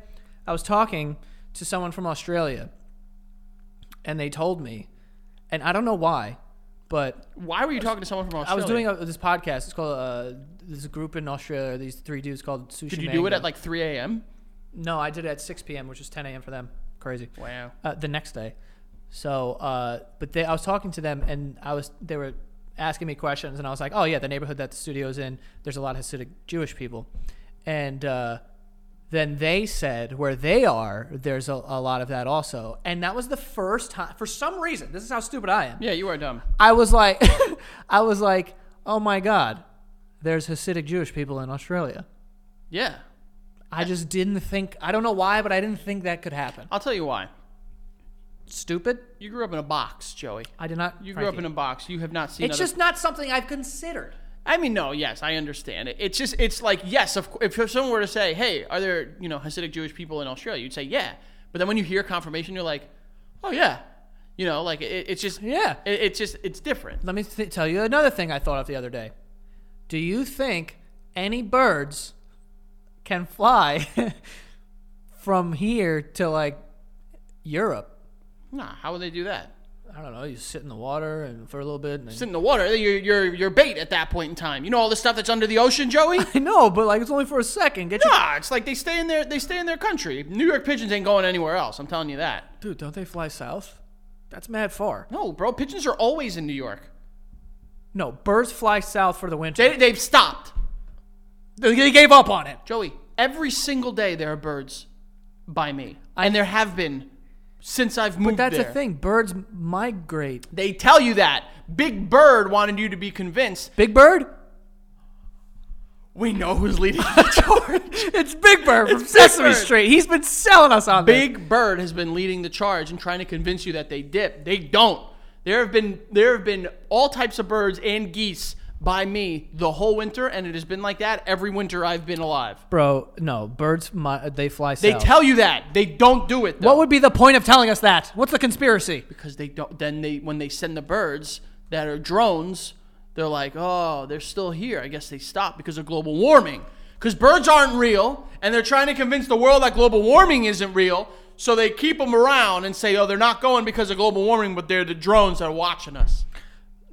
I was talking to someone from Australia, and they told me, and I don't know why, but
Why were you talking to someone from
I
Australia?
was doing a, this podcast. It's called uh, this group in Australia. These three dudes called Sushi.
Did you do it
Mango.
at like 3 a.m.?
No, I did it at 6 p.m., which is 10 a.m. for them. Crazy.
Wow.
Uh, the next day. So, uh, but they, I was talking to them, and I was they were asking me questions, and I was like, "Oh yeah, the neighborhood that the studio's in, there's a lot of Hasidic Jewish people," and uh, then they said where they are, there's a, a lot of that also, and that was the first time. For some reason, this is how stupid I am.
Yeah, you are dumb.
I was like, I was like, "Oh my God, there's Hasidic Jewish people in Australia."
Yeah.
I just didn't think. I don't know why, but I didn't think that could happen.
I'll tell you why.
Stupid.
You grew up in a box, Joey.
I did not.
You grew up in a box. You have not seen.
It's
other-
just not something I've considered.
I mean, no. Yes, I understand it. It's just. It's like yes. Of course, if someone were to say, "Hey, are there you know Hasidic Jewish people in Australia?" You'd say, "Yeah." But then when you hear confirmation, you're like, "Oh yeah." You know, like it, it's just.
Yeah.
It, it's just. It's different.
Let me th- tell you another thing I thought of the other day. Do you think any birds can fly from here to like Europe?
Nah. How would they do that?
I don't know. You sit in the water and for a little bit. And
Sit in the water. You're you're you're bait at that point in time. You know all the stuff that's under the ocean, Joey.
I know, but like it's only for a second. Get your
Nah, it's like they stay in their they stay in their country. New York pigeons ain't going anywhere else. I'm telling you that.
dude. Don't they fly south? That's mad far.
No, bro, pigeons are always in New York.
No, birds fly south for the winter.
They they've stopped.
They, they gave up on it.
Joey, every single day there are birds by me, and there have been since I've moved
That's
there.
the thing. Birds migrate.
They tell you that. Big Bird wanted you to be convinced.
Big Bird.
We know who's leading the charge.
It's Big Bird from
Big
Sesame
Bird.
Street. He's been selling us on this.
Big Bird has been leading the charge and trying to convince you that they dip. They don't. There have been there have been all types of birds and geese by me the whole winter, and it has been like that every winter I've been alive.
Bro, no, birds mi- they fly
They
south.
tell you that. They don't do it. Though.
what would be the point of telling us that? What's the conspiracy?
because they don't then they when they send the birds that are drones they're like oh they're still here i guess they stopped because of global warming because birds aren't real and they're trying to convince the world that global warming isn't real so they keep them around and say oh they're not going because of global warming but they're the drones that are watching us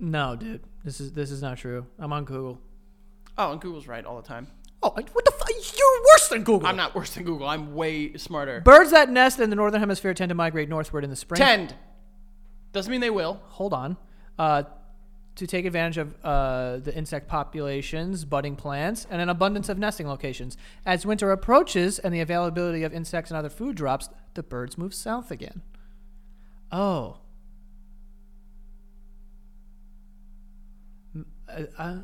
No, dude, this is this is not true. I'm on Google.
oh and google's right all the time
Oh, I- what the fuck? You're worse than Google.
i'm not worse than google i'm way smarter
Birds that nest in the northern hemisphere tend to migrate northward in the spring.
tend doesn't mean they will
Hold on. Uh, to take advantage of uh, the insect populations, budding plants, and an abundance of nesting locations. As winter approaches and the availability of insects and other food drops, the birds move south again. Oh. M-
Mm-hmm.
Uh, uh,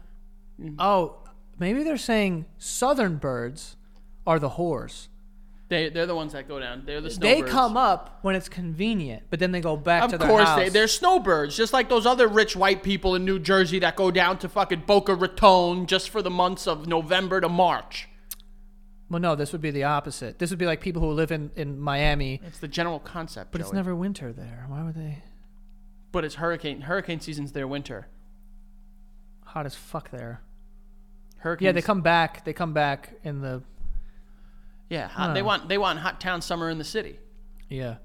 oh, maybe they're saying southern birds are the whores.
they, they're the ones that go down they're the
they
snowbirds.
come up when it's convenient, but then they go back to
Of
their
course,
house.
they, they're snowbirds, just like those other rich white people in New Jersey that go down to fucking Boca Raton just for the months of November to March.
Well, no, this would be the opposite. This would be like people who live in, in Miami,
It's the general concept,
but it's never winter there. Why would they?
but it's hurricane. Hurricane season's their winter.
Hot as fuck there.
Hurricanes,
Yeah, they come back. They come back in the
Yeah, hot, they want they want hot town summer in the city.
yeah.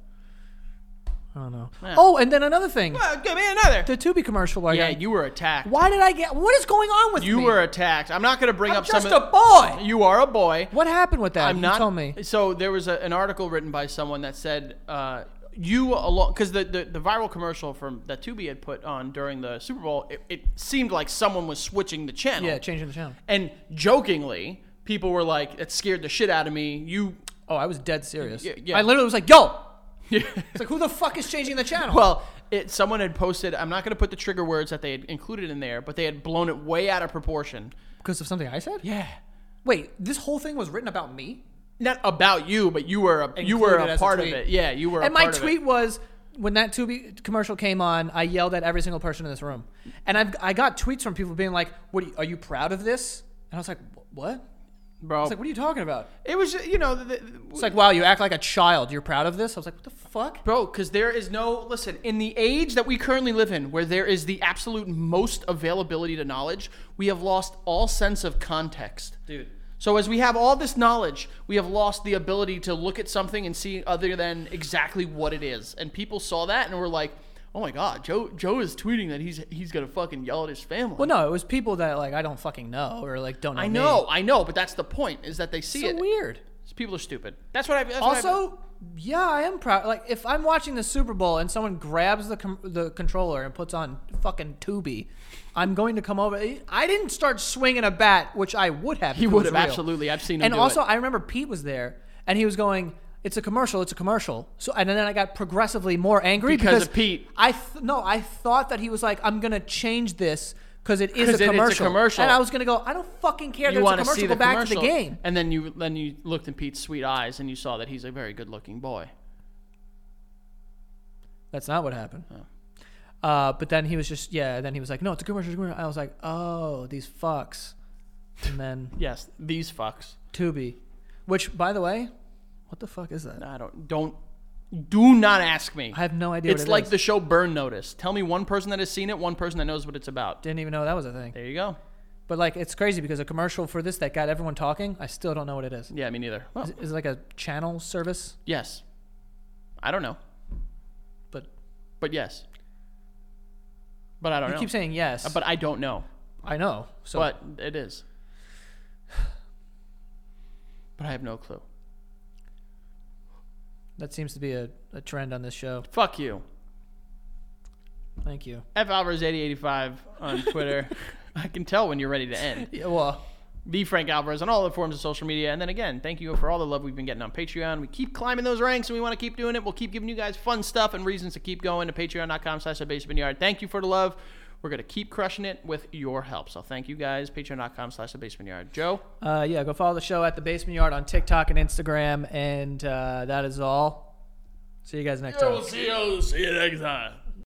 I don't know.
Yeah.
Oh, and then another thing,
Well, Uh, give me another.
the Tubi commercial. I
Yeah,
got.
you were attacked.
Why did I get? What is going on with
You
me?
were attacked. I'm not gonna bring
I'm
up
just
some.
a
of,
boy.
you are a boy.
What happened with that?
I'm
you
not.
Tell me.
So there was a, an article written by someone that said uh, you along because the, the the viral commercial from that Tubi had put on during the Super Bowl, it, it seemed like someone was switching the channel.
Yeah, changing the channel.
And jokingly, people were like, "It scared the shit out of me." You
Oh, I was dead serious.
Yeah, yeah.
I literally was like, yo. It's like, who the fuck is changing the channel?
Well, it, someone had posted. I'm not going to put the trigger words that they had included in there, but they had blown it way out of proportion.
Because of something I said?
Yeah,
Wait, this whole thing was written about me?
not about you, but you were a, you were
Included
a
as a
part of
tweet.
it. Yeah, you were.
and
a
my
part of it.
tweet was when that Tubi commercial came on, I yelled at every single person in this room, and I've, I got tweets from people being like, "What are you, are you proud of this?" And I was like, "Wh- "What?" I
bro.
was like, "What are you talking about?"
it was you know, the, the,
It's like, "Wow, you act like a child. You're proud of this?" I was like, "What the fuck?"
bro, because there is no listen in the age that we currently live in, where there is the absolute most availability to knowledge. We have lost all sense of context,
Dude.
So as we have all this knowledge, we have lost the ability to look at something and see other than exactly what it is. And people saw that and were like, "Oh my god, Joe Joe is tweeting that he's he's gonna fucking yell at his family."
Well, no, it was people that like I don't fucking know or like don't know.
I
me.
know, I know, but that's the point is that they see
It's so
it.
weird.
People are stupid. That's what I. That's what I-
Also, yeah, I am proud. Like, if I'm watching the Super Bowl and someone grabs the com- the controller and puts on fucking Tubi, I'm going to come over. eh, I didn't start swinging a bat, which I would have.
he would have absolutely. I've seen him.
And
do
also,
it.
I remember Pete was there, and he was going, "It's a commercial. It's a commercial." So, and then I got progressively more angry
Because of Pete.
I th- no, I thought that he was like, "I'm gonna change this." Because it is
'Cause it- it's a
a commercial.
commercial.
And I was going to go, I don't fucking care that
you
it's a
want to
commercial.
see
Go
the
back to
commercial,
the game.
and then you then you looked in Pete's sweet eyes and you saw that he's a very good-looking boy.
That's not what happened. Uh, but then he was just yeah. Then he was like, no, it's a commercial. It's a commercial. I was like, oh, these fucks. And then
Yes, these fucks.
Tubi, which by the way, what the fuck is that?
I don't don't do not ask me.
I have no idea.
It's
what it
like
is.
the show Burn Notice. Tell me one person that has seen it, one person that knows what it's about.
didn't even know that was a thing.
There you go.
But like, it's crazy because a commercial for this that got everyone talking. I still don't know what it is.
Yeah, me neither. Well,
Is, is it like a channel service?
yes. I don't know,
But
but yes. But I don't
you
know. Uh,
keep saying yes.
but I don't know.
I know. So
But it is. But I have no clue.
that seems to be a, a trend on this show.
Fuck you.
Thank you.
F Alvarez eighty eighty five on Twitter. I can tell when you're ready to end.
Yeah, well,
The Frank Alvarez on all the forms of social media. And then again, thank you for all the love we've been getting on Patreon. We keep climbing those ranks and we want to keep doing it. We'll keep giving you guys fun stuff and reasons to keep going to patreon.com slash the basement yard. Thank you for the love. We're going to keep crushing it with your help. So thank you guys. Patreon.com slash the basement yard. Joe?
uh, yeah. Go follow the show at the Basement Yard on TikTok and Instagram, and uh, that is all. See you guys next time.
see you, see you next time.